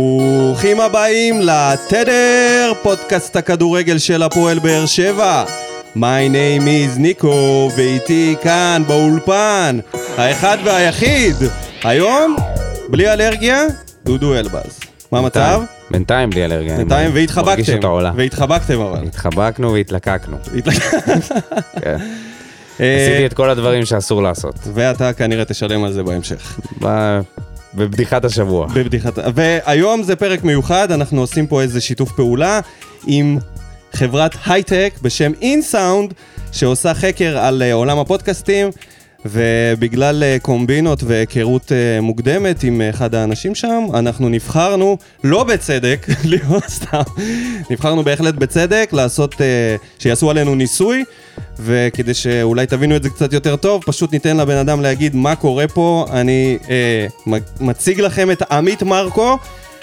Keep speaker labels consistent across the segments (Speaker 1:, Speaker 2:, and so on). Speaker 1: ברוכים הבאים לתדר, פודקאסט הכדורגל של הפועל באר שבע. My name is ניקו, ואיתי כאן באולפן, האחד והיחיד, היום, בלי אלרגיה, דודו אלבז. מה המצב?
Speaker 2: בינתיים בלי אלרגיה. אני
Speaker 1: בינתיים
Speaker 2: מרגיש- מרגיש
Speaker 1: והתחבקתם,
Speaker 2: אותה עולה.
Speaker 1: והתחבקתם אבל.
Speaker 2: התחבקנו והתלקקנו. כן.
Speaker 1: אה,
Speaker 2: עשיתי את כל הדברים שאסור לעשות.
Speaker 1: ואתה כנראה תשלם על זה בהמשך.
Speaker 2: ב- בבדיחת השבוע.
Speaker 1: בבדיחת... והיום זה פרק מיוחד, אנחנו עושים פה איזה שיתוף פעולה עם חברת הייטק בשם אינסאונד, שעושה חקר על אה, עולם הפודקאסטים, ובגלל אה, קומבינות והיכרות אה, מוקדמת עם אה, אחד האנשים שם, אנחנו נבחרנו, לא בצדק, לא סתם, נבחרנו בהחלט בצדק, לעשות, אה, שיעשו עלינו ניסוי. וכדי שאולי תבינו את זה קצת יותר טוב, פשוט ניתן לבן אדם להגיד מה קורה פה. אני אה, מ- מציג לכם את עמית מרקו,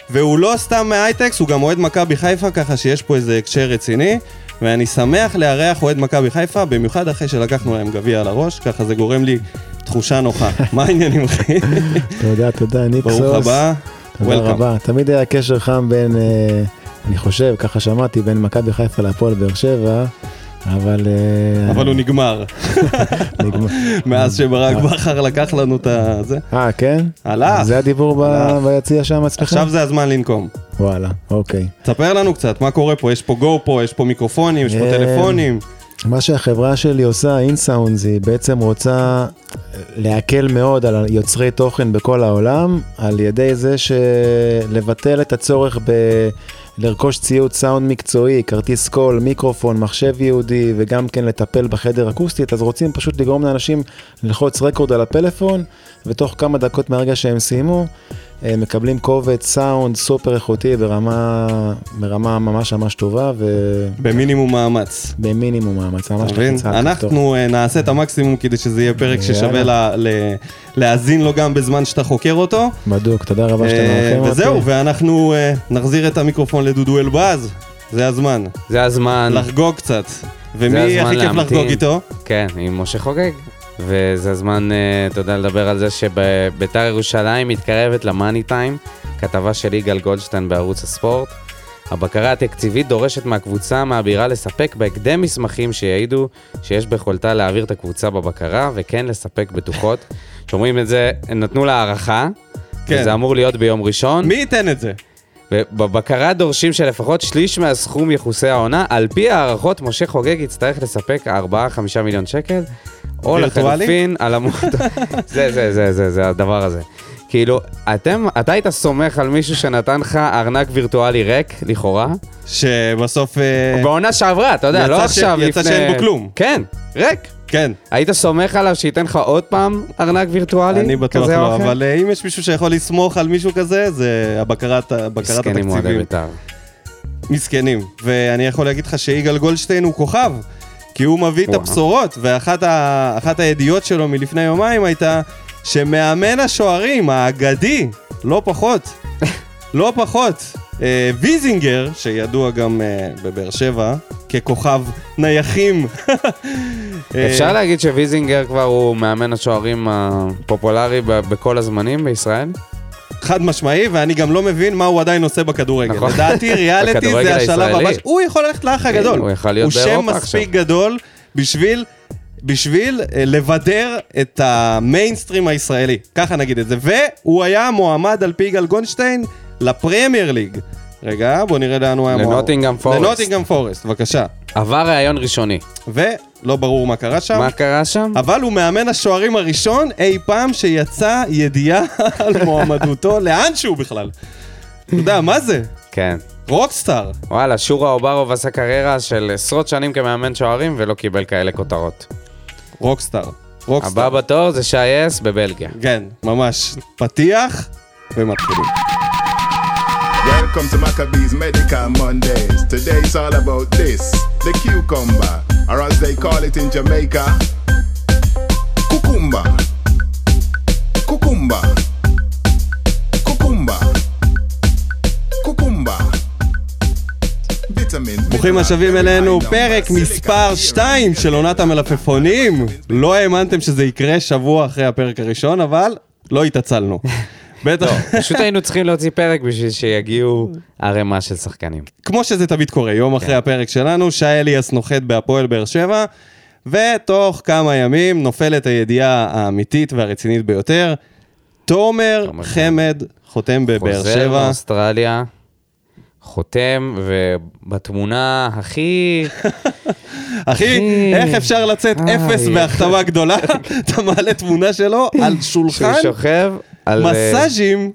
Speaker 1: והוא לא סתם מהייטקס, הוא גם אוהד מכבי חיפה, ככה שיש פה איזה הקשר רציני. ואני שמח לארח אוהד מכבי חיפה, במיוחד אחרי שלקחנו להם גביע על הראש, ככה זה גורם לי תחושה נוחה. מה העניינים, אחי?
Speaker 3: תודה, תודה, ניקסוס.
Speaker 1: ברוך הבא.
Speaker 3: תודה
Speaker 1: Welcome.
Speaker 3: רבה. תמיד היה קשר חם בין, אה, אני חושב, ככה שמעתי, בין מכבי חיפה להפועל באר שבע, אבל... אה,
Speaker 1: אבל הוא נגמר,
Speaker 3: נגמר.
Speaker 1: מאז שברק בכר לקח לנו את הזה.
Speaker 3: אה, כן?
Speaker 1: הלך.
Speaker 3: זה הדיבור ב-
Speaker 1: הלך.
Speaker 3: ביציע שם אצלך?
Speaker 1: עכשיו זה הזמן לנקום.
Speaker 3: וואלה, אוקיי.
Speaker 1: תספר לנו קצת, מה קורה פה? יש פה גו פה, יש פה מיקרופונים, יש פה
Speaker 3: אה,
Speaker 1: טלפונים.
Speaker 3: מה שהחברה שלי עושה, אינסאונדס, היא בעצם רוצה אה, להקל מאוד על יוצרי תוכן בכל העולם, על ידי זה שלבטל את הצורך ב... לרכוש ציוד סאונד מקצועי, כרטיס קול, מיקרופון, מחשב יהודי, וגם כן לטפל בחדר אקוסטית, אז רוצים פשוט לגרום לאנשים ללחוץ רקורד על הפלאפון, ותוך כמה דקות מהרגע שהם סיימו, הם מקבלים קובץ סאונד סופר איכותי ברמה, ברמה ממש ממש טובה, ו...
Speaker 1: במינימום מאמץ.
Speaker 3: במינימום מאמץ, ממש
Speaker 1: אתה מבין?
Speaker 3: לחיצה על כפתור.
Speaker 1: אנחנו אה, נעשה את המקסימום כדי שזה יהיה פרק ששווה לה- ל- להאזין לו גם בזמן שאתה חוקר אותו.
Speaker 3: בדוק, תודה רבה שאתם אוקיי.
Speaker 1: אה,
Speaker 3: מארחים אותי.
Speaker 1: וזהו, ואנחנו אה, נחזיר את המיקרופון לדודו אלבז. זה הזמן.
Speaker 2: זה הזמן,
Speaker 1: לחגוג קצת. ומי
Speaker 2: הזמן
Speaker 1: הכי כיף
Speaker 2: להמתין.
Speaker 1: לחגוג איתו?
Speaker 2: כן, עם משה חוגג. וזה הזמן, אה, אתה יודע, לדבר על זה שביתר ירושלים מתקרבת למאני טיים, כתבה של יגאל גולדשטיין בערוץ הספורט. הבקרה התקציבית דורשת מהקבוצה מהבירה לספק בהקדם מסמכים שיעידו שיש ביכולתה להעביר את הקבוצה בבקרה, וכן לספק בטוחות. שומעים את זה, הם נתנו לה הערכה,
Speaker 1: כן.
Speaker 2: כן. וזה אמור להיות ביום ראשון.
Speaker 1: מי ייתן את זה?
Speaker 2: ובבקרה דורשים שלפחות שליש מהסכום יכוסה העונה. על פי הערכות, משה חוגג יצטרך לספק 4-5 מיליון שקל, או
Speaker 1: וירטואלי?
Speaker 2: לחלופין, על המועדון. זה, זה, זה, זה, זה הדבר הזה. כאילו, אתם, אתה היית סומך על מישהו שנתן לך ארנק וירטואלי ריק, לכאורה?
Speaker 1: שבסוף... אה,
Speaker 3: אוקיי.
Speaker 2: בעונה שעברה, אתה יודע,
Speaker 1: יצא
Speaker 2: לא
Speaker 1: ש-
Speaker 2: עכשיו,
Speaker 1: יצא
Speaker 2: לפני...
Speaker 1: שאין בו כלום.
Speaker 2: כן, ריק.
Speaker 1: כן.
Speaker 2: היית סומך עליו שייתן לך עוד פעם ארנק וירטואלי?
Speaker 3: אוקיי.
Speaker 1: אני בטוח
Speaker 2: כזה או
Speaker 1: לא,
Speaker 2: אחר?
Speaker 1: אבל אה, אם יש מישהו שיכול לסמוך על מישהו כזה, זה הבקרת הבקרת
Speaker 2: מסכנים אוהדי
Speaker 1: התקציבים.
Speaker 2: בית"ר.
Speaker 1: מסכנים. ואני יכול להגיד לך שיגאל גולדשטיין הוא כוכב, כי הוא מביא את
Speaker 2: וואו.
Speaker 1: הבשורות, ואחת ה... אחת הידיעות שלו מלפני יומיים הייתה שמאמן השוערים, האגדי, לא פחות, לא פחות, אה, ויזינגר, שידוע גם אה, בבאר שבע, ככוכב נייחים. אה,
Speaker 2: אפשר להגיד שוויזינגר כבר הוא מאמן השוערים הפופולרי ב- בכל הזמנים בישראל?
Speaker 1: חד משמעי, ואני גם לא מבין מה הוא עדיין עושה בכדורגל.
Speaker 2: נכון.
Speaker 1: לדעתי ריאליטי
Speaker 2: בכדורגל
Speaker 1: זה השלב
Speaker 2: הישראלי.
Speaker 1: הבא. ש- הוא יכול ללכת לאח הגדול.
Speaker 2: הוא יכול להיות
Speaker 1: אה, הוא שם
Speaker 2: באירופה
Speaker 1: מספיק
Speaker 2: עכשיו.
Speaker 1: גדול בשביל... בשביל אה, לבדר את המיינסטרים הישראלי, ככה נגיד את זה. והוא היה מועמד על פי יגאל גונשטיין לפרמייר ליג. רגע, בוא נראה לאן הוא היה מועמד.
Speaker 2: לנוטינגהאם פורסט.
Speaker 1: לנוטינגאם פורסט, בבקשה.
Speaker 2: עבר ראיון ראשוני.
Speaker 1: ולא ברור מה קרה שם.
Speaker 2: מה קרה שם?
Speaker 1: אבל הוא מאמן השוערים הראשון אי פעם שיצא ידיעה על מועמדותו לאן שהוא בכלל. אתה יודע, מה זה?
Speaker 2: כן.
Speaker 1: רוקסטאר.
Speaker 2: וואלה, שורה אוברוב עשה קריירה של עשרות שנים כמאמן שוערים ולא קיבל כאלה כותרות.
Speaker 1: רוקסטאר. רוקסטאר.
Speaker 2: הבא בתור זה שי אס בבלגיה.
Speaker 1: כן, ממש. פתיח ומתחילים.
Speaker 4: Welcome to Maccabees Medical Mondays. Today's all about this the cucumber, or as they call it in Jamaica, cucumba. Cucumba. Cucumba. Cucumba. Vitamin.
Speaker 1: ברוכים השבים אלינו, פרק מספר 2 של עונת המלפפונים. לא האמנתם שזה יקרה שבוע אחרי הפרק הראשון, אבל לא התעצלנו. בטח.
Speaker 2: פשוט היינו צריכים להוציא פרק בשביל שיגיעו ערימה של שחקנים.
Speaker 1: כמו שזה תמיד קורה, יום אחרי הפרק שלנו, שי אליאס נוחת בהפועל באר שבע, ותוך כמה ימים נופלת הידיעה האמיתית והרצינית ביותר, תומר
Speaker 2: תומר
Speaker 1: חמד חותם בבאר
Speaker 2: חוזר
Speaker 1: שבע.
Speaker 2: מאוסטרליה, חותם, ובתמונה הכי...
Speaker 1: אחי,
Speaker 2: אחי. אה,
Speaker 1: איך אפשר לצאת
Speaker 2: איי.
Speaker 1: אפס בהכתבה גדולה? אתה מעלה תמונה שלו על
Speaker 2: שהוא
Speaker 1: שולחן
Speaker 2: שוכב על... אה,
Speaker 1: מסאז'ים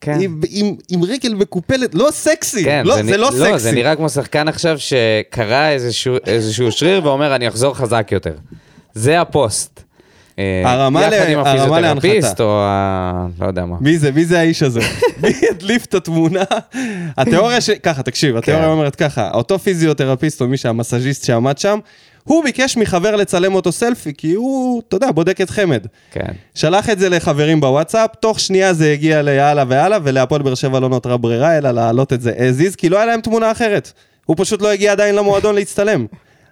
Speaker 2: כן.
Speaker 1: עם- עם- עם רגל מקופלת, לא סקסי,
Speaker 2: כן,
Speaker 1: לא, זה
Speaker 2: נ-
Speaker 1: לא
Speaker 2: לא, זה
Speaker 1: סקסי.
Speaker 2: נראה כמו שחקן עכשיו שקרא איזשהו, איזשהו שריר ואומר, אני אחזור חזק יותר. זה הפוסט. אה,
Speaker 1: הרמה
Speaker 2: יחד
Speaker 1: ל-
Speaker 2: עם
Speaker 1: הרמה
Speaker 2: הפיזיותרפיסט,
Speaker 1: להנחתה.
Speaker 2: או ה... לא יודע מה.
Speaker 1: מי זה? מי זה האיש הזה? מי הדליף את התמונה? התיאוריה ש... ככה, תקשיב,
Speaker 2: כן.
Speaker 1: התיאוריה אומרת ככה, אותו פיזיותרפיסט או מי שהמסאז'יסט שעמד שם, הוא ביקש מחבר לצלם אותו סלפי, כי הוא, אתה יודע, בודק את חמד.
Speaker 2: כן.
Speaker 1: שלח את זה לחברים בוואטסאפ, תוך שנייה זה הגיע ליאללה והלאה, ולהפועל באר שבע לא נותרה ברירה, אלא להעלות את זה as is, כי לא היה להם תמונה אחרת. הוא פשוט לא הגיע עדיין למועדון להצטלם.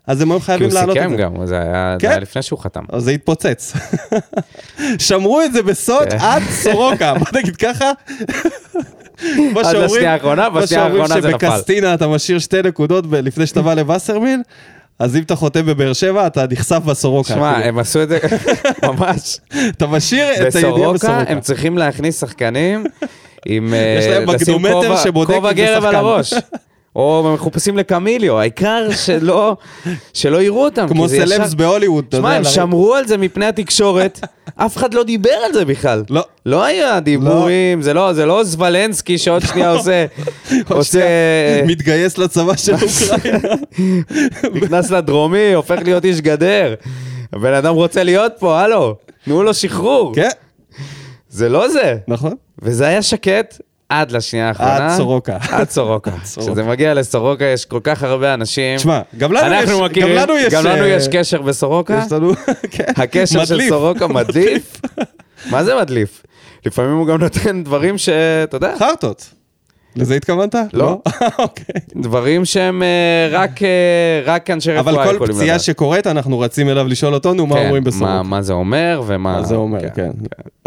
Speaker 1: אז הם היו
Speaker 2: כי
Speaker 1: חייבים
Speaker 2: הוא
Speaker 1: להעלות את
Speaker 2: כאילו, סיכם
Speaker 1: זה.
Speaker 2: גם, זה היה
Speaker 1: כן.
Speaker 2: זה היה לפני שהוא חתם.
Speaker 1: אז זה התפוצץ. שמרו את זה בסוד
Speaker 2: כן.
Speaker 1: עד סורוקה, בוא נגיד ככה. כמו
Speaker 2: עד
Speaker 1: שאומרים-
Speaker 2: לשנייה האחרונה,
Speaker 1: כמו
Speaker 2: בשנייה
Speaker 1: שאומרים
Speaker 2: האחרונה זה נפל.
Speaker 1: שבקסטינה אתה משאיר שתי נקודות ב- לפני שאתה בא לווסרמיל, אז אם אתה חותם בבאר שבע, אתה נחשף בסורוקה.
Speaker 2: שמע,
Speaker 1: כאילו.
Speaker 2: הם עשו את זה ממש.
Speaker 1: אתה משאיר את הידיעה
Speaker 2: בסורוקה
Speaker 1: בסורוקה.
Speaker 2: הם צריכים להכניס שחקנים עם... אה,
Speaker 1: יש להם
Speaker 2: לשים
Speaker 1: מגנומטר
Speaker 2: כובע-
Speaker 1: שבודק
Speaker 2: כובע
Speaker 1: אם זה
Speaker 2: גרב על
Speaker 1: שחקן.
Speaker 2: הראש. או הם מחופשים לקמיליו, העיקר שלא שלא יראו אותם.
Speaker 1: כמו
Speaker 2: כי זה
Speaker 1: סלבס
Speaker 2: ישר-
Speaker 1: בהוליווד, אתה יודע.
Speaker 2: שמע, הם
Speaker 1: לרדת.
Speaker 2: שמרו על זה מפני התקשורת, אף אחד לא דיבר על זה בכלל.
Speaker 1: לא. לא.
Speaker 2: לא היה דיבורים, זה לא- זה לא זוולנסקי שעוד שנייה עושה...
Speaker 1: עוד
Speaker 2: עושה... אה,
Speaker 1: שנייה, מתגייס לצבא של אוקראינה.
Speaker 2: נכנס לדרומי, הופך להיות איש גדר. הבן אדם רוצה להיות פה, הלו, תנו לו שחרור.
Speaker 1: כן,
Speaker 2: זה לא זה.
Speaker 1: נכון.
Speaker 2: וזה היה שקט עד לשנייה האחרונה.
Speaker 1: עד סורוקה.
Speaker 2: עד סורוקה.
Speaker 1: סורוקה.
Speaker 2: כשזה מגיע לסורוקה יש כל כך הרבה אנשים.
Speaker 1: תשמע, גם לנו יש-
Speaker 2: אנחנו
Speaker 1: גם
Speaker 2: מכירים,
Speaker 1: לנו יש,
Speaker 2: גם לנו
Speaker 1: אה,
Speaker 2: יש קשר בסורוקה.
Speaker 1: יש לנו, כן.
Speaker 2: אוקיי. הקשר של
Speaker 1: מדליף.
Speaker 2: סורוקה מדליף. מה זה מדליף? לפעמים הוא גם נותן דברים שאתה יודע,
Speaker 1: חרטות. לזה התכוונת?
Speaker 2: לא.
Speaker 1: אוקיי.
Speaker 2: דברים שהם אה, רק, אה, רק אנשי רפואה
Speaker 1: אבל
Speaker 2: יכולים לדעת.
Speaker 1: כל פציעה שקורית, אנחנו רצים אליו לשאול אותו, נו, מה
Speaker 2: כן,
Speaker 1: אומרים
Speaker 2: מה-
Speaker 1: בסורוקה?
Speaker 2: מה זה אומר ומה...
Speaker 1: מה זה אומר, כן.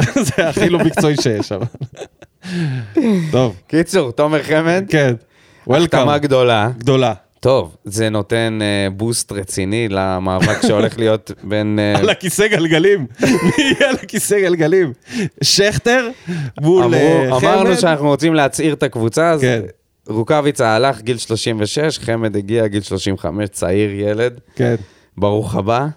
Speaker 1: זה הכי לא מקצועי שיש, אבל. טוב,
Speaker 2: קיצור, תומר חמד,
Speaker 1: כן.
Speaker 2: החתמה
Speaker 1: וולקאם,
Speaker 2: גדולה.
Speaker 1: גדולה.
Speaker 2: טוב, זה נותן אה, בוסט רציני למאבק שהולך להיות בין... אה,
Speaker 1: על הכיסא גלגלים, מי יהיה על הכיסא גלגלים? שכטר מול אה,
Speaker 2: אמרו-
Speaker 1: חמד?
Speaker 2: אמרנו שאנחנו רוצים להצעיר את הקבוצה, אז
Speaker 1: כן.
Speaker 2: רוקאביצה הלך גיל 36, חמד הגיע גיל 35, צעיר ילד,
Speaker 1: כן.
Speaker 2: ברוך הבא.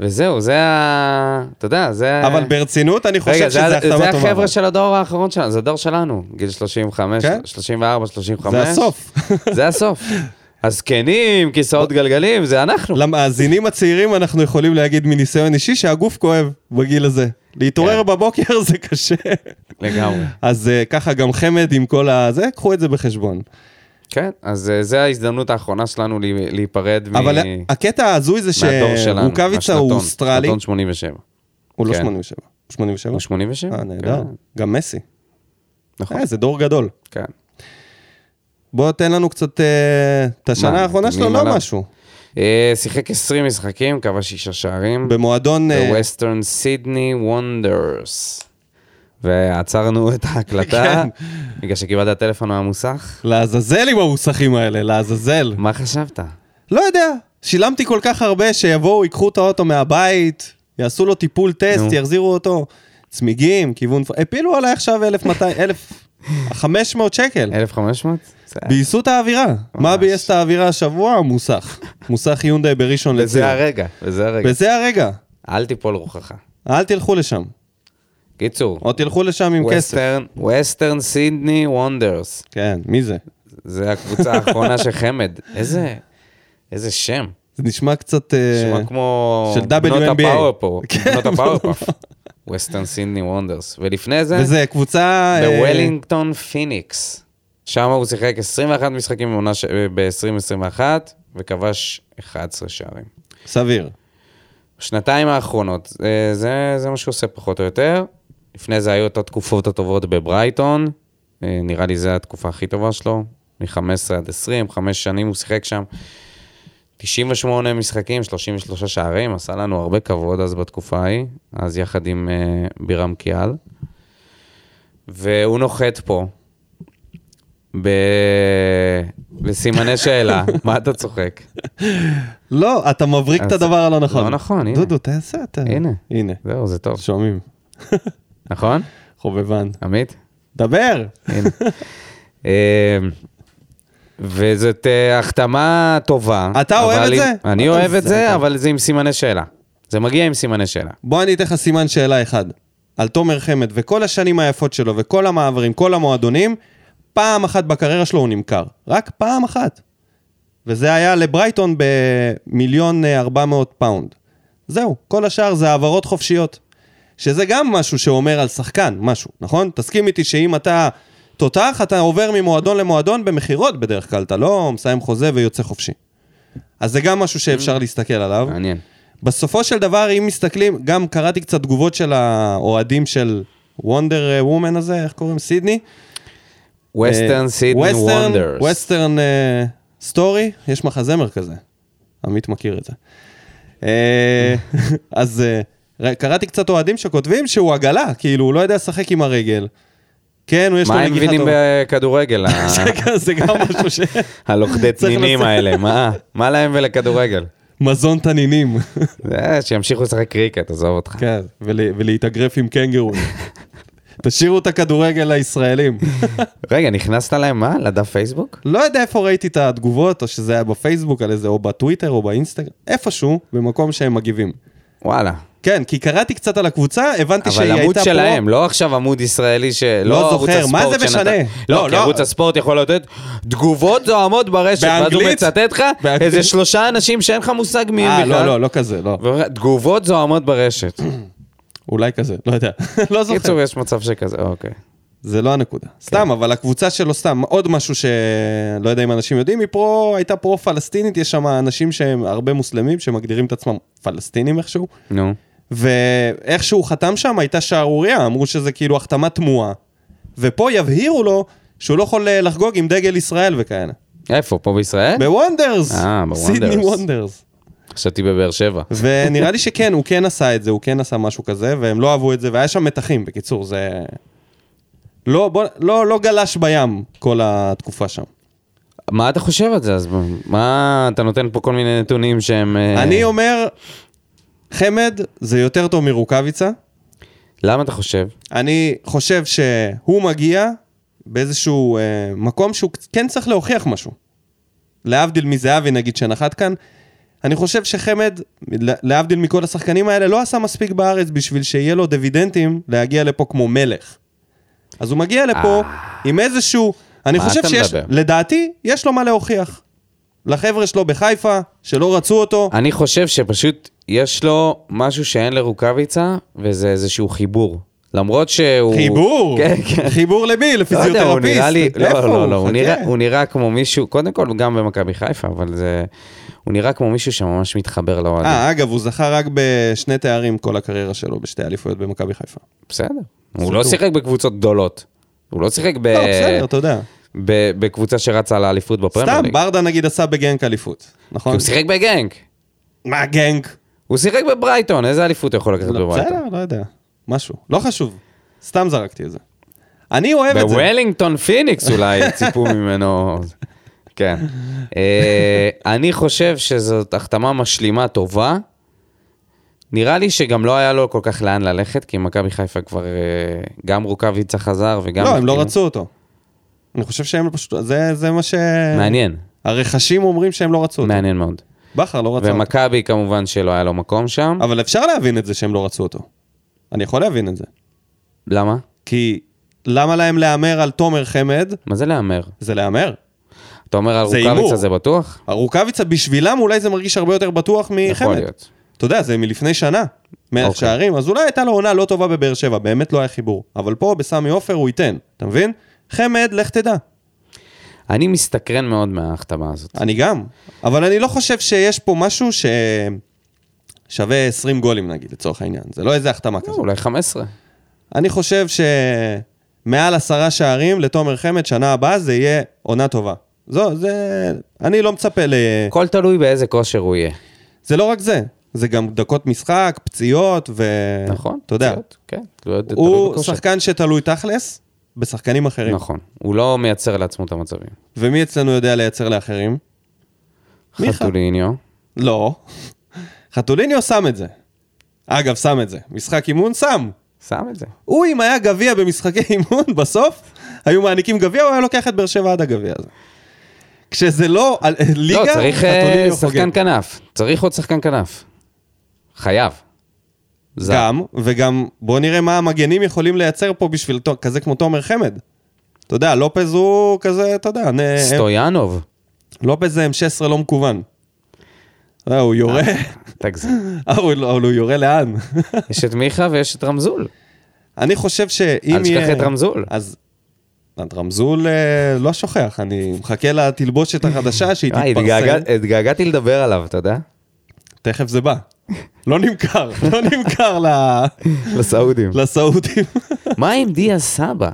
Speaker 2: וזהו, זה ה... אתה יודע, זה...
Speaker 1: אבל ברצינות, אני
Speaker 2: רגע,
Speaker 1: חושב
Speaker 2: זה,
Speaker 1: שזה
Speaker 2: ה-
Speaker 1: החתמה טובה.
Speaker 2: זה
Speaker 1: אבל.
Speaker 2: החבר'ה של הדור האחרון שלנו, זה הדור שלנו, גיל 35,
Speaker 1: כן.
Speaker 2: 34, 35.
Speaker 1: זה הסוף.
Speaker 2: זה הסוף. הזקנים, כיסאות גלגלים, זה אנחנו.
Speaker 1: לא. למאזינים הצעירים אנחנו יכולים להגיד מניסיון אישי שהגוף כואב בגיל הזה. להתעורר
Speaker 2: כן.
Speaker 1: בבוקר זה קשה.
Speaker 2: לגמרי.
Speaker 1: אז אה, ככה גם חמד עם כל הזה, קחו את זה בחשבון.
Speaker 2: כן, אז אה, זה ההזדמנות האחרונה שלנו לי- להיפרד מ-
Speaker 1: אבל הקטע ההזוי זה
Speaker 2: מהדור שלנו.
Speaker 1: שרוקאביצה הוא
Speaker 2: מהשנתון,
Speaker 1: אוסטרלי,
Speaker 2: שנתון 87.
Speaker 1: הוא לא
Speaker 2: כן.
Speaker 1: 87. 87?
Speaker 2: הוא 87?
Speaker 1: אה, נהדר.
Speaker 2: כן,
Speaker 1: גם מסי.
Speaker 2: נכון,
Speaker 1: אה, זה דור גדול.
Speaker 2: כן.
Speaker 1: בוא תן לנו קצת אה, את השנה
Speaker 2: מה,
Speaker 1: האחרונה שלו,
Speaker 2: מי
Speaker 1: לא
Speaker 2: מנה?
Speaker 1: משהו.
Speaker 2: אה, שיחק 20 משחקים, כבש 6 שערים.
Speaker 1: במועדון... אה,
Speaker 2: בווסטרן סידני וונדרס. ועצרנו את ההקלטה,
Speaker 1: כן.
Speaker 2: בגלל שקיבלת טלפון מהמוסך.
Speaker 1: לעזאזל עם המוסכים האלה, לעזאזל.
Speaker 2: מה חשבת?
Speaker 1: לא יודע, שילמתי כל כך הרבה שיבואו, ייקחו את האוטו מהבית, יעשו לו טיפול טסט,
Speaker 2: נו.
Speaker 1: יחזירו אותו. צמיגים, כיוון... פ- הפילו עליי עכשיו 1,200, 1,500 שקל.
Speaker 2: 1,500? זה-
Speaker 1: בייסו את האווירה. מה בייס את האווירה השבוע? המוסך. מוסך יונדאי בראשון לציון.
Speaker 2: וזה הרגע, וזה הרגע.
Speaker 1: וזה הרגע.
Speaker 2: אל תיפול רוחך.
Speaker 1: אל תלכו לשם.
Speaker 2: קיצור,
Speaker 1: או תלכו לשם עם כסף.
Speaker 2: ווסטרן, ווסטרן סידני וונדרס.
Speaker 1: כן, מי זה?
Speaker 2: זה הקבוצה האחרונה של חמד. איזה, איזה שם.
Speaker 1: זה נשמע קצת... אה,
Speaker 2: נשמע כמו...
Speaker 1: של WNBA.
Speaker 2: בנות הפאוורפו.
Speaker 1: כן.
Speaker 2: בנות הפאוורפאף. ווסטרן סידני וונדרס. ולפני זה,
Speaker 1: וזה קבוצה... אה,
Speaker 2: בוולינגטון פיניקס. שם הוא שיחק 21 משחקים בעונה ש- אה, ב-2021, וכבש 11 שערים.
Speaker 1: סביר.
Speaker 2: שנתיים האחרונות, אה, זה, זה מה שהוא עושה פחות או יותר. לפני זה היו את התקופות הטובות בברייטון, אה, נראה לי זו התקופה הכי טובה שלו, מ-15 עד 20, חמש שנים הוא שיחק שם. 98 משחקים, 33 שערים, עשה לנו הרבה כבוד אז בתקופה ההיא, אז יחד עם אה, בירם קיאל. והוא נוחת פה, ב... בסימני שאלה, מה אתה צוחק?
Speaker 1: לא, אתה מבריק את
Speaker 2: אז-
Speaker 1: הדבר הלא נכון.
Speaker 2: לא נכון, הנה.
Speaker 1: דודו, תעשה אתה.
Speaker 2: הנה.
Speaker 1: הנה.
Speaker 2: זהו, זה טוב.
Speaker 1: שומעים.
Speaker 2: נכון?
Speaker 1: חובבן.
Speaker 2: עמית?
Speaker 1: דבר!
Speaker 2: הנה. אמ, וזאת אה, החתמה טובה.
Speaker 1: אתה אוהב
Speaker 2: אבל
Speaker 1: את
Speaker 2: עם-
Speaker 1: זה?
Speaker 2: אני
Speaker 1: אתה
Speaker 2: אוהב את
Speaker 1: זית.
Speaker 2: זה, אבל זה עם סימני שאלה. זה מגיע עם סימני שאלה.
Speaker 1: בוא אני אתן לך סימן שאלה אחד. על תומר חמד וכל השנים היפות שלו וכל המעברים, כל המועדונים, פעם אחת בקריירה שלו הוא נמכר. רק פעם אחת. וזה היה לברייטון במיליון אה, 400 פאונד. זהו, כל השאר זה העברות חופשיות. שזה גם משהו שאומר על שחקן, משהו, נכון? תסכים איתי שאם אתה תותח, אתה עובר ממועדון למועדון במכירות בדרך כלל, אתה לא מסיים חוזה ויוצא חופשי. אז זה גם משהו שאפשר להסתכל עליו.
Speaker 2: מעניין.
Speaker 1: בסופו של דבר, אם מסתכלים, גם קראתי קצת תגובות של האוהדים של וונדר וומן הזה, איך קוראים? סידני? אה,
Speaker 2: ווסטרן סידני וונדרס.
Speaker 1: ווסטרן סטורי, אה, יש מחזמר כזה. עמית מכיר את זה. אה, אז אה, ר- קראתי קצת אוהדים שכותבים שהוא עגלה, כאילו, הוא לא יודע לשחק עם הרגל. כן, הוא יש לו
Speaker 2: מה הם
Speaker 1: נגיחה
Speaker 2: מבינים
Speaker 1: טובה.
Speaker 2: בכדורגל, ה-
Speaker 1: זה גם- זה גם משהו ש...
Speaker 2: הלוכדי תנינים
Speaker 1: לצאת.
Speaker 2: האלה? מה מה להם ולכדורגל?
Speaker 1: מזון תנינים.
Speaker 2: זה, שימשיכו לשחק קריקט, עזוב אותך.
Speaker 1: כן, ול- ולהתאגרף עם קנגרו. תשאירו את הכדורגל לישראלים.
Speaker 2: רגע, נכנסת להם, מה? לדף פייסבוק?
Speaker 1: לא יודע איפה ראיתי את התגובות, או שזה היה בפייסבוק על איזה, או בטוויטר, או באינסטגרם, איפשהו, במקום שהם מגיבים.
Speaker 2: וואלה.
Speaker 1: כן, כי קראתי קצת על הקבוצה, הבנתי שהיא
Speaker 2: אבל
Speaker 1: הייתה פה...
Speaker 2: עמוד שלהם, לא עכשיו עמוד ישראלי ש... לא ערוץ
Speaker 1: זוכר, מה
Speaker 2: הספורט
Speaker 1: זה
Speaker 2: שנתן-
Speaker 1: משנה?
Speaker 2: לא,
Speaker 1: לא,
Speaker 2: כי
Speaker 1: לא.
Speaker 2: ערוץ הספורט יכול לתת תגובות זוהמות ברשת, ואז הוא
Speaker 1: באנגלית?
Speaker 2: מצטט לך
Speaker 1: באנגלית?
Speaker 2: איזה שלושה אנשים שאין לך מושג מי הם
Speaker 1: אה,
Speaker 2: בכלל.
Speaker 1: לא, לא, לא כזה, לא.
Speaker 2: ואומר, תגובות זוהמות ברשת.
Speaker 1: אולי כזה, לא יודע. לא זוכר.
Speaker 2: קיצור, כן. יש מצב שכזה, אוקיי.
Speaker 1: זה לא הנקודה. סתם, אבל הקבוצה שלו סתם, עוד משהו שלא יודע אם אנשים יודעים, היא פרו, הייתה פרו-פלסטינית, יש שם אנשים שהם הרבה מוסלמים, שמגדירים את עצמם פלסטינים איכשהו.
Speaker 2: נו.
Speaker 1: ואיך שהוא חתם שם הייתה שערורייה, אמרו שזה כאילו החתמה תמוהה. ופה יבהירו לו שהוא לא יכול אה, לחגוג עם דגל ישראל וכאלה.
Speaker 2: איפה? פה בישראל?
Speaker 1: בוונדרס!
Speaker 2: אה, בוונדרס.
Speaker 1: סידני וונדרס.
Speaker 2: חשבתי בבאר שבע.
Speaker 1: ונראה לי שכן, הוא כן עשה את זה, הוא כן עשה משהו כזה, והם לא אהבו את זה, והיה שם מתחים, בקיצור, זה... לא, בוא, לא, לא גלש בים כל התקופה שם.
Speaker 2: מה אתה חושב על זה? אז מה, אתה נותן פה כל מיני נתונים שהם... אה,
Speaker 1: אני אומר, חמד זה יותר טוב מרוקאביצה.
Speaker 2: למה אתה חושב?
Speaker 1: אני חושב שהוא מגיע באיזשהו אה, מקום שהוא כן צריך להוכיח משהו. להבדיל מזהבי נגיד שנחת כאן, אני חושב שחמד, לה- להבדיל מכל השחקנים האלה, לא עשה מספיק בארץ בשביל שיהיה לו דיבידנדים להגיע לפה כמו מלך. אז הוא מגיע לפה עם איזשהו, אני
Speaker 2: אה. מה
Speaker 1: חושב
Speaker 2: אתה
Speaker 1: שיש,
Speaker 2: מדבר?
Speaker 1: לדעתי, יש לו מה להוכיח. לחבר'ה שלו בחיפה, שלא רצו אותו,
Speaker 2: אני חושב שפשוט יש לו משהו שאין לרוקאביצה, וזה איזשהו חיבור. למרות שהוא...
Speaker 1: חיבור,
Speaker 2: כן, כן.
Speaker 1: חיבור למי?
Speaker 2: לא יודע, הוא
Speaker 1: לפיזיותרפיסט?
Speaker 2: נראה לי...
Speaker 1: איפה
Speaker 2: לא, לא, לא, הוא
Speaker 1: חכה.
Speaker 2: נראה- הוא נראה כמו מישהו, קודם כל גם במכבי חיפה, אבל זה... הוא נראה כמו מישהו שממש מתחבר לאוהדים.
Speaker 1: אה, אגב, הוא זכה רק בשני תארים כל הקריירה שלו, בשתי אליפויות במכבי חיפה.
Speaker 2: בסדר. הוא
Speaker 1: זה
Speaker 2: לא
Speaker 1: טוב.
Speaker 2: שיחק בקבוצות גדולות. הוא לא שיחק ב-
Speaker 1: לא, בסדר, אתה יודע.
Speaker 2: ב- בקבוצה שרצה לאליפות בפרמייר
Speaker 1: סתם,
Speaker 2: ליג.
Speaker 1: ברדה נגיד עשה בגנק אליפות,
Speaker 2: כי
Speaker 1: נכון?
Speaker 2: הוא שיחק בגנק.
Speaker 1: מה גנק?
Speaker 2: הוא שיחק בברייטון, איזה אליפות הוא יכול לקחת
Speaker 1: לא,
Speaker 2: בברייטון?
Speaker 1: בסדר, לא יודע. משהו. לא חשוב. סתם זרקתי את זה. אני אוהב את זה.
Speaker 2: בוולינגטון פיניקס אולי ציפו ממנו. כן. אה, אני חושב שזאת החתמה משלימה טובה. נראה לי שגם לא היה לו כל כך לאן ללכת, כי מכבי חיפה כבר... אה, גם רוקאביצה חזר וגם... כאילו-
Speaker 1: לא, הם
Speaker 2: החתימו.
Speaker 1: לא רצו אותו. אני חושב שהם פשוט... זה זה מה ש...
Speaker 2: מעניין,
Speaker 1: הרכשים אומרים שהם לא רצו אותו.
Speaker 2: מעניין מאוד.
Speaker 1: בכר לא רצה אותו.
Speaker 2: ומכבי כמובן שלא היה לו מקום שם.
Speaker 1: אבל אפשר להבין את זה שהם לא רצו אותו. אני יכול להבין את זה.
Speaker 2: למה?
Speaker 1: כי למה להם להמר על תומר חמד?
Speaker 2: מה זה להמר?
Speaker 1: זה להמר.
Speaker 2: אתה אומר על
Speaker 1: זה הימור.
Speaker 2: רוקאביצה זה בטוח?
Speaker 1: הרוקאביצה בשבילם אולי זה מרגיש הרבה יותר בטוח
Speaker 2: יכול
Speaker 1: מחמד.
Speaker 2: להיות.
Speaker 1: אתה יודע, זה מלפני שנה, מלך
Speaker 2: אוקיי.
Speaker 1: שערים, אז אולי הייתה לו עונה לא טובה בבאר שבע, באמת לא היה חיבור. אבל פה בסמי עופר הוא ייתן, אתה מבין? חמד, לך תדע.
Speaker 2: אני מסתקרן מאוד מההחתמה הזאת.
Speaker 1: אני גם. אבל אני לא חושב שיש פה משהו ששווה 20 גולים נגיד, לצורך העניין. זה לא איזה החתמה
Speaker 2: לא,
Speaker 1: כזאת.
Speaker 2: אולי 15.
Speaker 1: אני חושב שמעל עשרה שערים לתומר חמד, שנה הבאה זה יהיה עונה טובה. זו, זה... אני לא מצפה ל...
Speaker 2: הכל תלוי באיזה כושר הוא יהיה.
Speaker 1: זה לא רק זה, זה גם דקות משחק, פציעות, ו...
Speaker 2: נכון?
Speaker 1: אתה יודע,
Speaker 2: פציעות, כן. תלוי- תלוי
Speaker 1: הוא
Speaker 2: בכושר.
Speaker 1: שחקן שתלוי תכלס, בשחקנים אחרים. נכון.
Speaker 2: נכון. הוא לא מייצר לעצמו את המצבים.
Speaker 1: ומי אצלנו יודע לייצר לאחרים? מיכה.
Speaker 2: חתוליניו.
Speaker 1: לא. חתוליניו שם את זה. אגב, שם את זה. משחק אימון שם.
Speaker 2: שם את זה.
Speaker 1: הוא, אם היה גביע במשחקי אימון, בסוף היו מעניקים גביע, הוא היה לוקח את באר שבע עד הגביע הזה. כשזה לא על- ליגה,
Speaker 2: לא, צריך אה,
Speaker 1: חתוליניו חוגג.
Speaker 2: שחקן כנף. צריך עוד שחקן כנף. חייב. זר.
Speaker 1: גם, אה, וגם בוא נראה מה המגנים יכולים לייצר פה בשביל תו- כזה כמו תומר חמד. אתה יודע, לופז הוא כזה, אתה יודע, נ-
Speaker 2: סטויאנוב.
Speaker 1: לופז זה M16 לא מקוון. אתה יודע, הוא יורה,
Speaker 2: תגזים.
Speaker 1: אה, הוא לא- אבל הוא יורה לאן?
Speaker 2: יש את מיכה ויש את רמזול.
Speaker 1: אני חושב שאם יהיה...
Speaker 2: אל תשכח את רמזול.
Speaker 1: אז... רמזול אה, לא שוכח, אני מחכה לתלבושת החדשה שהיא
Speaker 2: וואי,
Speaker 1: תתפרסם.
Speaker 2: אה, התגעגע- התגעגעתי לדבר עליו, אתה יודע?
Speaker 1: תכף זה בא. לא נמכר, לא נמכר ל-
Speaker 2: לסעודים.
Speaker 1: לא. לסעודים.
Speaker 2: מה עם דיה סבא?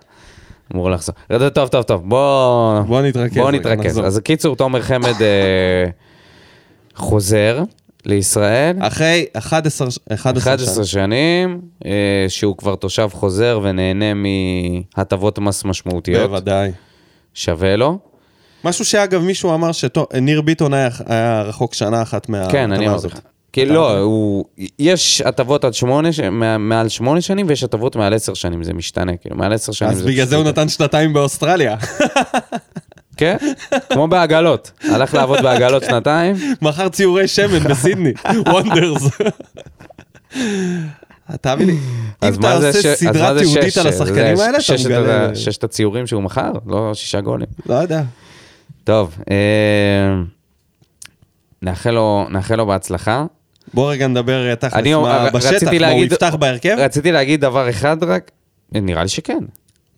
Speaker 2: אמור לחזור. רגע, טוב, טוב, טוב, בוא...
Speaker 1: בוא נתרכז
Speaker 2: בוא
Speaker 1: רגע,
Speaker 2: נתרכז.
Speaker 1: אוקיי, נחזור.
Speaker 2: אז קיצור, תומר חמד אה, חוזר לישראל.
Speaker 1: אחרי 11 ש- 11 שנה.
Speaker 2: 11 שנים, אה, שהוא כבר תושב חוזר ונהנה מהטבות מס משמעותיות.
Speaker 1: בוודאי.
Speaker 2: שווה לו.
Speaker 1: משהו שאגב מישהו אמר שניר ביטון היה, היה רחוק שנה אחת אה, מה...
Speaker 2: כן, אני
Speaker 1: מההתאמה
Speaker 2: אומר
Speaker 1: הזאת.
Speaker 2: לך. כי לא, הוא... יש הטבות עד שמונה, ש- מה- מעל שמונה שנים, ויש הטבות מעל עשר שנים, זה משתנה, כאילו, מעל עשר שנים.
Speaker 1: אז בגלל
Speaker 2: פשוט
Speaker 1: זה הוא
Speaker 2: יותר.
Speaker 1: נתן שנתיים באוסטרליה.
Speaker 2: כן, כמו בעגלות. הלך לעבוד בעגלות שנתיים.
Speaker 1: מכר ציורי שמן בסידני, וונדרס. אתה מבין, אם
Speaker 2: אז מה זה ש-
Speaker 1: תעשה
Speaker 2: אז מה
Speaker 1: סדרה
Speaker 2: זה
Speaker 1: תיעודית
Speaker 2: שש?
Speaker 1: על השחקנים
Speaker 2: זה
Speaker 1: האלה, אתה
Speaker 2: ששת
Speaker 1: מגלה...
Speaker 2: ה- ששת הציורים שהוא מכר, לא שישה גולים.
Speaker 1: לא יודע.
Speaker 2: טוב, אה, נאחל לו- נאחל לו בהצלחה.
Speaker 1: בוא רגע נדבר אה, תכלס
Speaker 2: אני
Speaker 1: מה
Speaker 2: רציתי
Speaker 1: בשטח, מה הוא
Speaker 2: להגיד-
Speaker 1: יפתח בהרכב,
Speaker 2: רציתי להגיד דבר אחד רק, נראה לי שכן.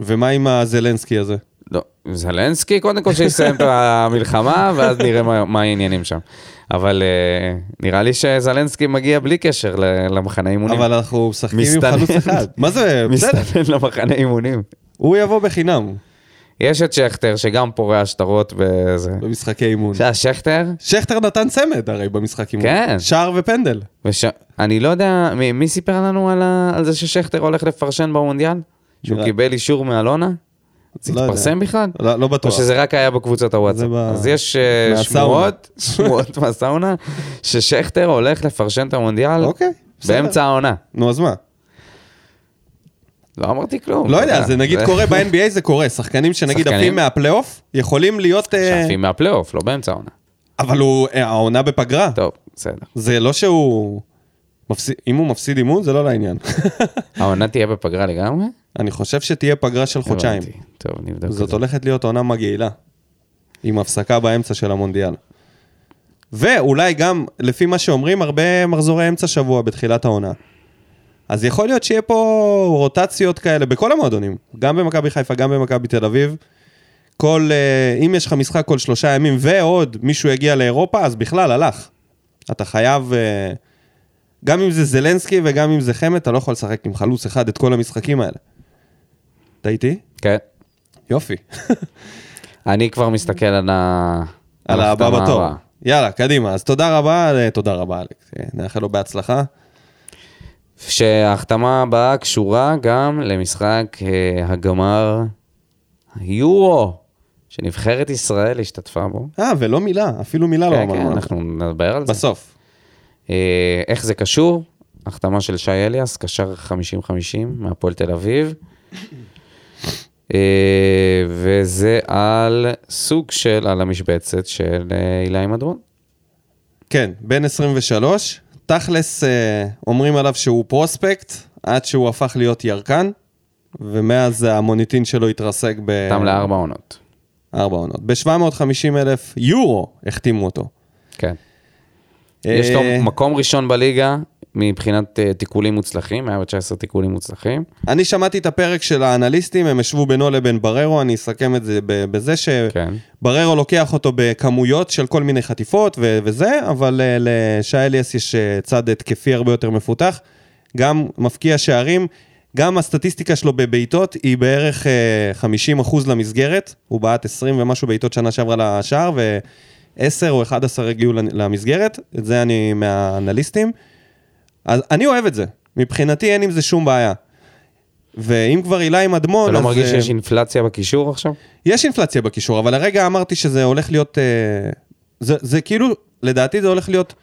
Speaker 1: ומה עם הזלנסקי הזה?
Speaker 2: לא, זלנסקי קודם כל שיסיים את המלחמה, ואז נראה מה, מה העניינים שם. אבל אה, נראה לי שזלנסקי מגיע בלי קשר ל- למחנה אימונים.
Speaker 1: אבל אנחנו משחקים עם
Speaker 2: מסתנן.
Speaker 1: חלוץ אחד. מה זה? בסדר,
Speaker 2: מסתנן למחנה אימונים.
Speaker 1: הוא יבוא בחינם
Speaker 2: יש את שכטר, שגם פורע שטרות וזה. אה,
Speaker 1: במשחקי אימון.
Speaker 2: זה השכטר,
Speaker 1: שכטר נתן צמד הרי במשחק אימון.
Speaker 2: כן.
Speaker 1: שער ופנדל.
Speaker 2: וש... אני לא יודע, מי, מי סיפר לנו על, ה... על זה ששכטר הולך לפרשן במונדיאל? שהוא
Speaker 1: נראה-
Speaker 2: קיבל אישור מאלונה? זה
Speaker 1: לא יודע.
Speaker 2: התפרסם בכלל?
Speaker 1: לא, לא בטוח.
Speaker 2: או שזה רק היה בקבוצת הוואטסאפ.
Speaker 1: זה ב-
Speaker 2: אז יש אה,
Speaker 1: מהסאונה.
Speaker 2: שמועות, שמועות מהסאונה, ששכטר הולך לפרשן את המונדיאל
Speaker 1: אוקיי, בסדר.
Speaker 2: באמצע העונה.
Speaker 1: נו, אז מה?
Speaker 2: לא אמרתי כלום.
Speaker 1: לא
Speaker 2: אתה
Speaker 1: יודע, זה נגיד קורה ב-NBA, זה קורה. שחקנים שנגיד
Speaker 2: שחקנים?
Speaker 1: עפים מהפלייאוף, יכולים להיות... אה,
Speaker 2: שעפים מהפלייאוף, לא באמצע העונה.
Speaker 1: אבל הוא, אה, העונה בפגרה.
Speaker 2: טוב, בסדר.
Speaker 1: זה לא שהוא... מפסיד- אם הוא מפסיד אימון, זה לא לעניין.
Speaker 2: העונה תהיה בפגרה לגמרי?
Speaker 1: אני חושב שתהיה פגרה של חודשיים.
Speaker 2: הבנתי. טוב, נבדוק. את
Speaker 1: זאת
Speaker 2: זה.
Speaker 1: הולכת להיות עונה מגעילה. עם הפסקה באמצע של המונדיאל. ואולי גם, לפי מה שאומרים, הרבה מחזורי אמצע שבוע בתחילת העונה. אז יכול להיות שיהיה פה רוטציות כאלה בכל המועדונים, גם במכבי חיפה, גם במכבי תל אביב. כל, אה, אם יש לך משחק כל שלושה ימים ועוד מישהו יגיע לאירופה, אז בכלל, הלך. אתה חייב, אה, גם אם זה זלנסקי וגם אם זה חמד, אתה לא יכול לשחק עם חלוץ אחד את כל המשחקים האלה. אתה איתי?
Speaker 2: כן.
Speaker 1: יופי.
Speaker 2: אני כבר מסתכל על ה... לא,
Speaker 1: על הבא
Speaker 2: ההחתמה
Speaker 1: בתור.
Speaker 2: הבאה.
Speaker 1: יאללה, קדימה. אז תודה רבה, אה, תודה רבה, אלכס. אה, נאחל לו בהצלחה.
Speaker 2: שההחתמה הבאה קשורה גם למשחק אה, הגמר היורו, שנבחרת ישראל השתתפה בו.
Speaker 1: אה, ולא מילה, אפילו מילה לא
Speaker 2: כן, כן,
Speaker 1: אמרנו.
Speaker 2: אנחנו נדבר על זה.
Speaker 1: בסוף.
Speaker 2: אה, איך זה קשור? החתמה של שי אליאס, קשר 50-50 מהפועל תל אביב. אה, וזה על סוג של, על המשבצת של אה, אילי מדרון.
Speaker 1: כן, בן 23. תכלס, אה, אומרים עליו שהוא פרוספקט, עד שהוא הפך להיות ירקן, ומאז המוניטין שלו התרסק ב...
Speaker 2: חתם לארבע עונות.
Speaker 1: ארבע עונות. ב-750 אלף יורו החתימו אותו.
Speaker 2: כן. יש לו
Speaker 1: אה,
Speaker 2: מקום ראשון בליגה מבחינת אה, תיקולים מוצלחים, 119 תיקולים מוצלחים.
Speaker 1: אני שמעתי את הפרק של האנליסטים, הם ישבו בינו לבין בררו, אני אסכם את זה ב- בזה ש...
Speaker 2: כן.
Speaker 1: בררו לוקח אותו בכמויות של כל מיני חטיפות ו- וזה, אבל אה, לשי אליאס יש אה, צד התקפי הרבה יותר מפותח. גם מפקיע שערים, גם הסטטיסטיקה שלו בבעיטות היא בערך אה, 50% למסגרת. הוא בעט 20 ומשהו בעיטות שנה שעברה לשער, ו-10 או 11 הגיעו לנ- למסגרת. את זה אני מהאנליסטים. אז אני אוהב את זה. מבחינתי אין עם זה שום בעיה. ואם כבר הילה עם אדמון,
Speaker 2: אתה לא
Speaker 1: אז,
Speaker 2: מרגיש
Speaker 1: אה, נכון,
Speaker 2: שיש אינפלציה בקישור עכשיו?
Speaker 1: יש אינפלציה בקישור, אבל הרגע אמרתי שזה הולך להיות... אה, זה, זה כאילו, לדעתי זה הולך להיות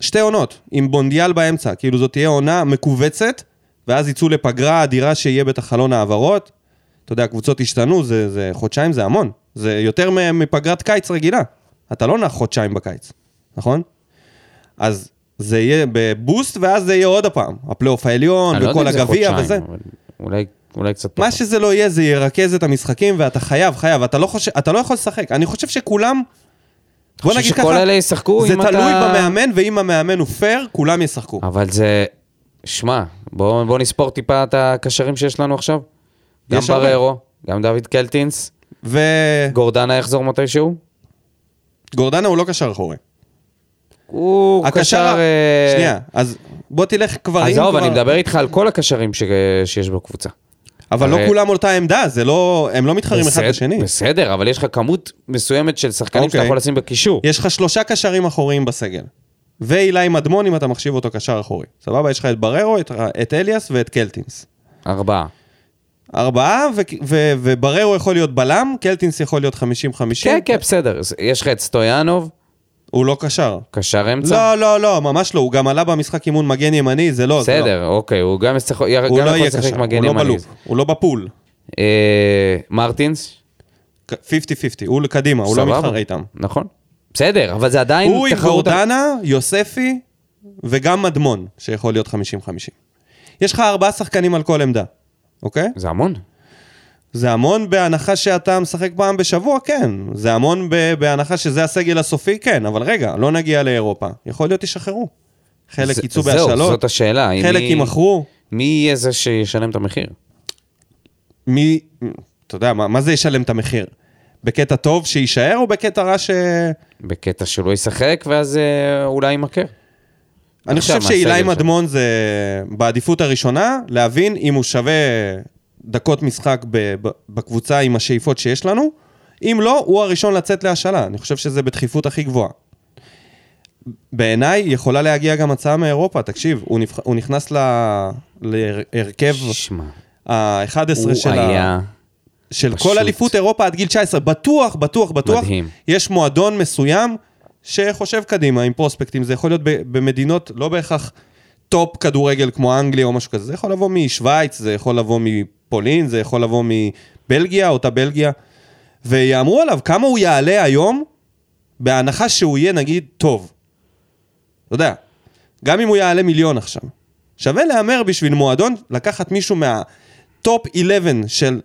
Speaker 1: שתי עונות, עם בונדיאל באמצע. כאילו זאת תהיה עונה מכווצת, ואז יצאו לפגרה אדירה שיהיה בטח חלון העברות. אתה יודע, הקבוצות השתנו, זה, זה חודשיים זה המון. זה יותר מ- מפגרת קיץ רגילה. אתה לא נח חודשיים בקיץ, נכון? אז זה יהיה בבוסט, ואז זה יהיה עוד הפעם. הפלייאוף העליון,
Speaker 2: אני לא יודע
Speaker 1: וכל
Speaker 2: אם זה
Speaker 1: הגביע
Speaker 2: חודשיים,
Speaker 1: וזה.
Speaker 2: אבל אולי- אולי קצת
Speaker 1: מה
Speaker 2: פחות.
Speaker 1: שזה לא יהיה, זה ירכז את המשחקים, ואתה חייב, חייב, אתה לא, חושב, אתה לא יכול לשחק. אני חושב שכולם... בוא
Speaker 2: חושב
Speaker 1: נגיד ככה,
Speaker 2: שכל אלה ישחקו
Speaker 1: זה
Speaker 2: אם
Speaker 1: תלוי
Speaker 2: אתה-
Speaker 1: במאמן, ואם המאמן הוא פייר, כולם ישחקו.
Speaker 2: אבל זה... שמע, בואו בוא נספור טיפה את הקשרים שיש לנו עכשיו. גם
Speaker 1: יש הרבה.
Speaker 2: בררו, גם דוד קלטינס, גורדנה יחזור מתישהו.
Speaker 1: וגורדנה הוא לא קשר אחורי.
Speaker 2: הוא קשר... אה,
Speaker 1: שנייה, אז בוא תלך כבר... אם
Speaker 2: עזוב,
Speaker 1: כבר-
Speaker 2: אני מדבר איתך על כל הקשרים ש... שיש בקבוצה.
Speaker 1: אבל לא
Speaker 2: הרי-
Speaker 1: כולם אותה עמדה, זה לא... הם לא מתחרים אחד
Speaker 2: אה, בסדר-
Speaker 1: בשני.
Speaker 2: בסדר, אבל יש לך כמות מסוימת של שחקנים שאתה
Speaker 1: אוקיי.
Speaker 2: יכול לשים בקישור.
Speaker 1: יש לך שלושה קשרים אחוריים בסגל. ואילי מדמון, אם אתה מחשיב אותו קשר אחורי. סבבה? יש לך את בררו, את, את אליאס ואת קלטינס.
Speaker 2: ארבעה.
Speaker 1: ארבעה, ו- ו- ובררו יכול להיות בלם, קלטינס יכול להיות 50-50.
Speaker 2: כן, כן, בסדר. אז יש לך את סטויאנוב,
Speaker 1: הוא לא קשר.
Speaker 2: קשר אמצע.
Speaker 1: לא, לא, לא, ממש לא, הוא גם עלה במשחק אימון מגן ימני, זה לא, זה לא.
Speaker 2: בסדר, אוקיי, הוא גם ישחק- גם
Speaker 1: הוא לא
Speaker 2: יכול
Speaker 1: יהיה
Speaker 2: לשחק
Speaker 1: קשר,
Speaker 2: מגן
Speaker 1: הוא לא
Speaker 2: ימני.
Speaker 1: בלופ, הוא לא בפול.
Speaker 2: אה, מרטינס,
Speaker 1: כ- 50-50, הוא קדימה, הוא לא
Speaker 2: סבבה.
Speaker 1: מתחרה איתם.
Speaker 2: נכון. בסדר, אבל זה עדיין
Speaker 1: הוא עם
Speaker 2: תחרות...
Speaker 1: גורדנה, יוספי, וגם מדמון, שיכול להיות 50-50. יש לך ארבעה שחקנים על כל עמדה, אוקיי?
Speaker 2: זה המון.
Speaker 1: זה המון בהנחה שאתה משחק פעם בשבוע, כן. זה המון ב- בהנחה שזה הסגל הסופי, כן. אבל רגע, לא נגיע לאירופה. יכול להיות ישחררו. חלק
Speaker 2: זה-
Speaker 1: יצאו
Speaker 2: זהו,
Speaker 1: בהשאלות,
Speaker 2: זאת השאלה. אם
Speaker 1: חלק
Speaker 2: מי-
Speaker 1: יימכרו.
Speaker 2: מי יהיה זה שישלם את המחיר?
Speaker 1: מי, אתה יודע, מה, מה זה ישלם את המחיר? בקטע טוב שיישאר או בקטע רע ש...
Speaker 2: בקטע שלא ישחק, ואז אה, אולי יימכר.
Speaker 1: אני חושב
Speaker 2: מהסגל
Speaker 1: שאילי
Speaker 2: שלו.
Speaker 1: מדמון זה בעדיפות הראשונה, להבין אם הוא שווה דקות משחק ב- ב- בקבוצה עם השאיפות שיש לנו. אם לא, הוא הראשון לצאת להשאלה. אני חושב שזה בדחיפות הכי גבוהה. בעיניי יכולה להגיע גם הצעה מאירופה, תקשיב, הוא, נבח... הוא נכנס ל... להרכב
Speaker 2: שמע,
Speaker 1: ה-11 של
Speaker 2: הוא
Speaker 1: ה...
Speaker 2: היה...
Speaker 1: של
Speaker 2: פשוט.
Speaker 1: כל אליפות אירופה עד גיל 19, בטוח, בטוח, בטוח.
Speaker 2: מדהים.
Speaker 1: יש מועדון מסוים שחושב קדימה עם פרוספקטים, זה יכול להיות ב- במדינות לא בהכרח טופ כדורגל כמו אנגליה או משהו כזה, זה יכול לבוא משוויץ, זה יכול לבוא מפולין, זה יכול לבוא מבלגיה, אותה בלגיה, ויאמרו עליו כמה הוא יעלה היום, בהנחה שהוא יהיה נגיד טוב. אתה יודע, גם אם הוא יעלה מיליון עכשיו. שווה להמר בשביל מועדון, לקחת מישהו מהטופ 11 של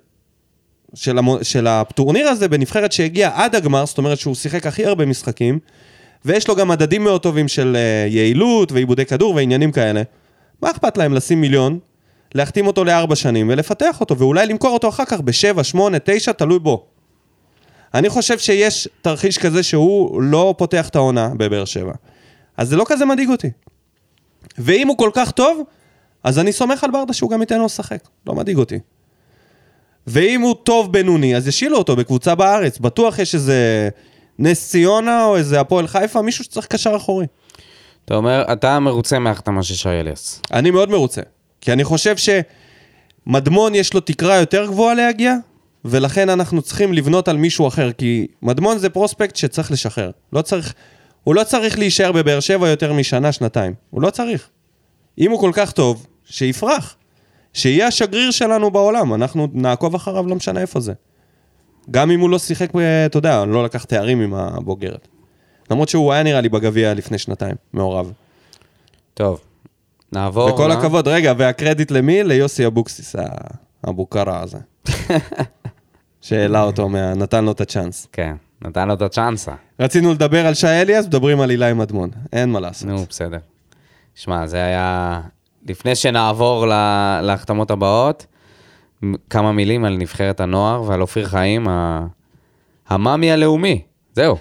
Speaker 1: של, המו, של הטורניר הזה בנבחרת שהגיעה עד הגמר, זאת אומרת שהוא שיחק הכי הרבה משחקים, ויש לו גם מדדים מאוד טובים של אה, יעילות ועיבודי כדור ועניינים כאלה. מה אכפת להם לשים מיליון, להחתים אותו לארבע שנים ולפתח אותו, ואולי למכור אותו אחר כך בשבע, שמונה, תשע, תלוי בו. אני חושב שיש תרחיש כזה שהוא לא פותח את העונה בבאר שבע. אז זה לא כזה מדאיג אותי. ואם הוא כל כך טוב, אז אני סומך על ברדה שהוא גם ייתן לו לשחק. לא מדאיג אותי. ואם הוא טוב בינוני, אז ישילו אותו בקבוצה בארץ. בטוח יש איזה נס ציונה או איזה הפועל חיפה, מישהו שצריך קשר אחורי.
Speaker 2: אתה אומר, אתה מרוצה מההחתמה של שי אליאס.
Speaker 1: אני מאוד מרוצה. כי אני חושב שמדמון יש לו תקרה יותר גבוהה להגיע, ולכן אנחנו צריכים לבנות על מישהו אחר. כי מדמון זה פרוספקט שצריך לשחרר. לא צריך... הוא לא צריך להישאר בבאר שבע יותר משנה, שנתיים. הוא לא צריך. אם הוא כל כך טוב, שיפרח. שיהיה השגריר שלנו בעולם, אנחנו נעקוב אחריו, לא משנה איפה זה. גם אם הוא לא שיחק, ב- אתה יודע, לא לקח תארים עם הבוגרת. למרות שהוא היה נראה לי בגביע לפני שנתיים, מעורב.
Speaker 2: טוב, נעבור...
Speaker 1: וכל
Speaker 2: ל-
Speaker 1: הכבוד, רגע, והקרדיט למי? ליוסי אבוקסיס, ה- הבוקרה הזה. שהעלה אותו, מה- נתן לו את הצ'אנס.
Speaker 2: כן, נתן לו את הצ'אנסה.
Speaker 1: רצינו לדבר על שי אליאס, מדברים על הילה עם אדמון. אין מה לעשות.
Speaker 2: נו, בסדר. שמע, זה היה... לפני שנעבור ל- להחתמות הבאות, מ- כמה מילים על נבחרת הנוער ועל אופיר חיים, ה- המאמי הלאומי. זהו.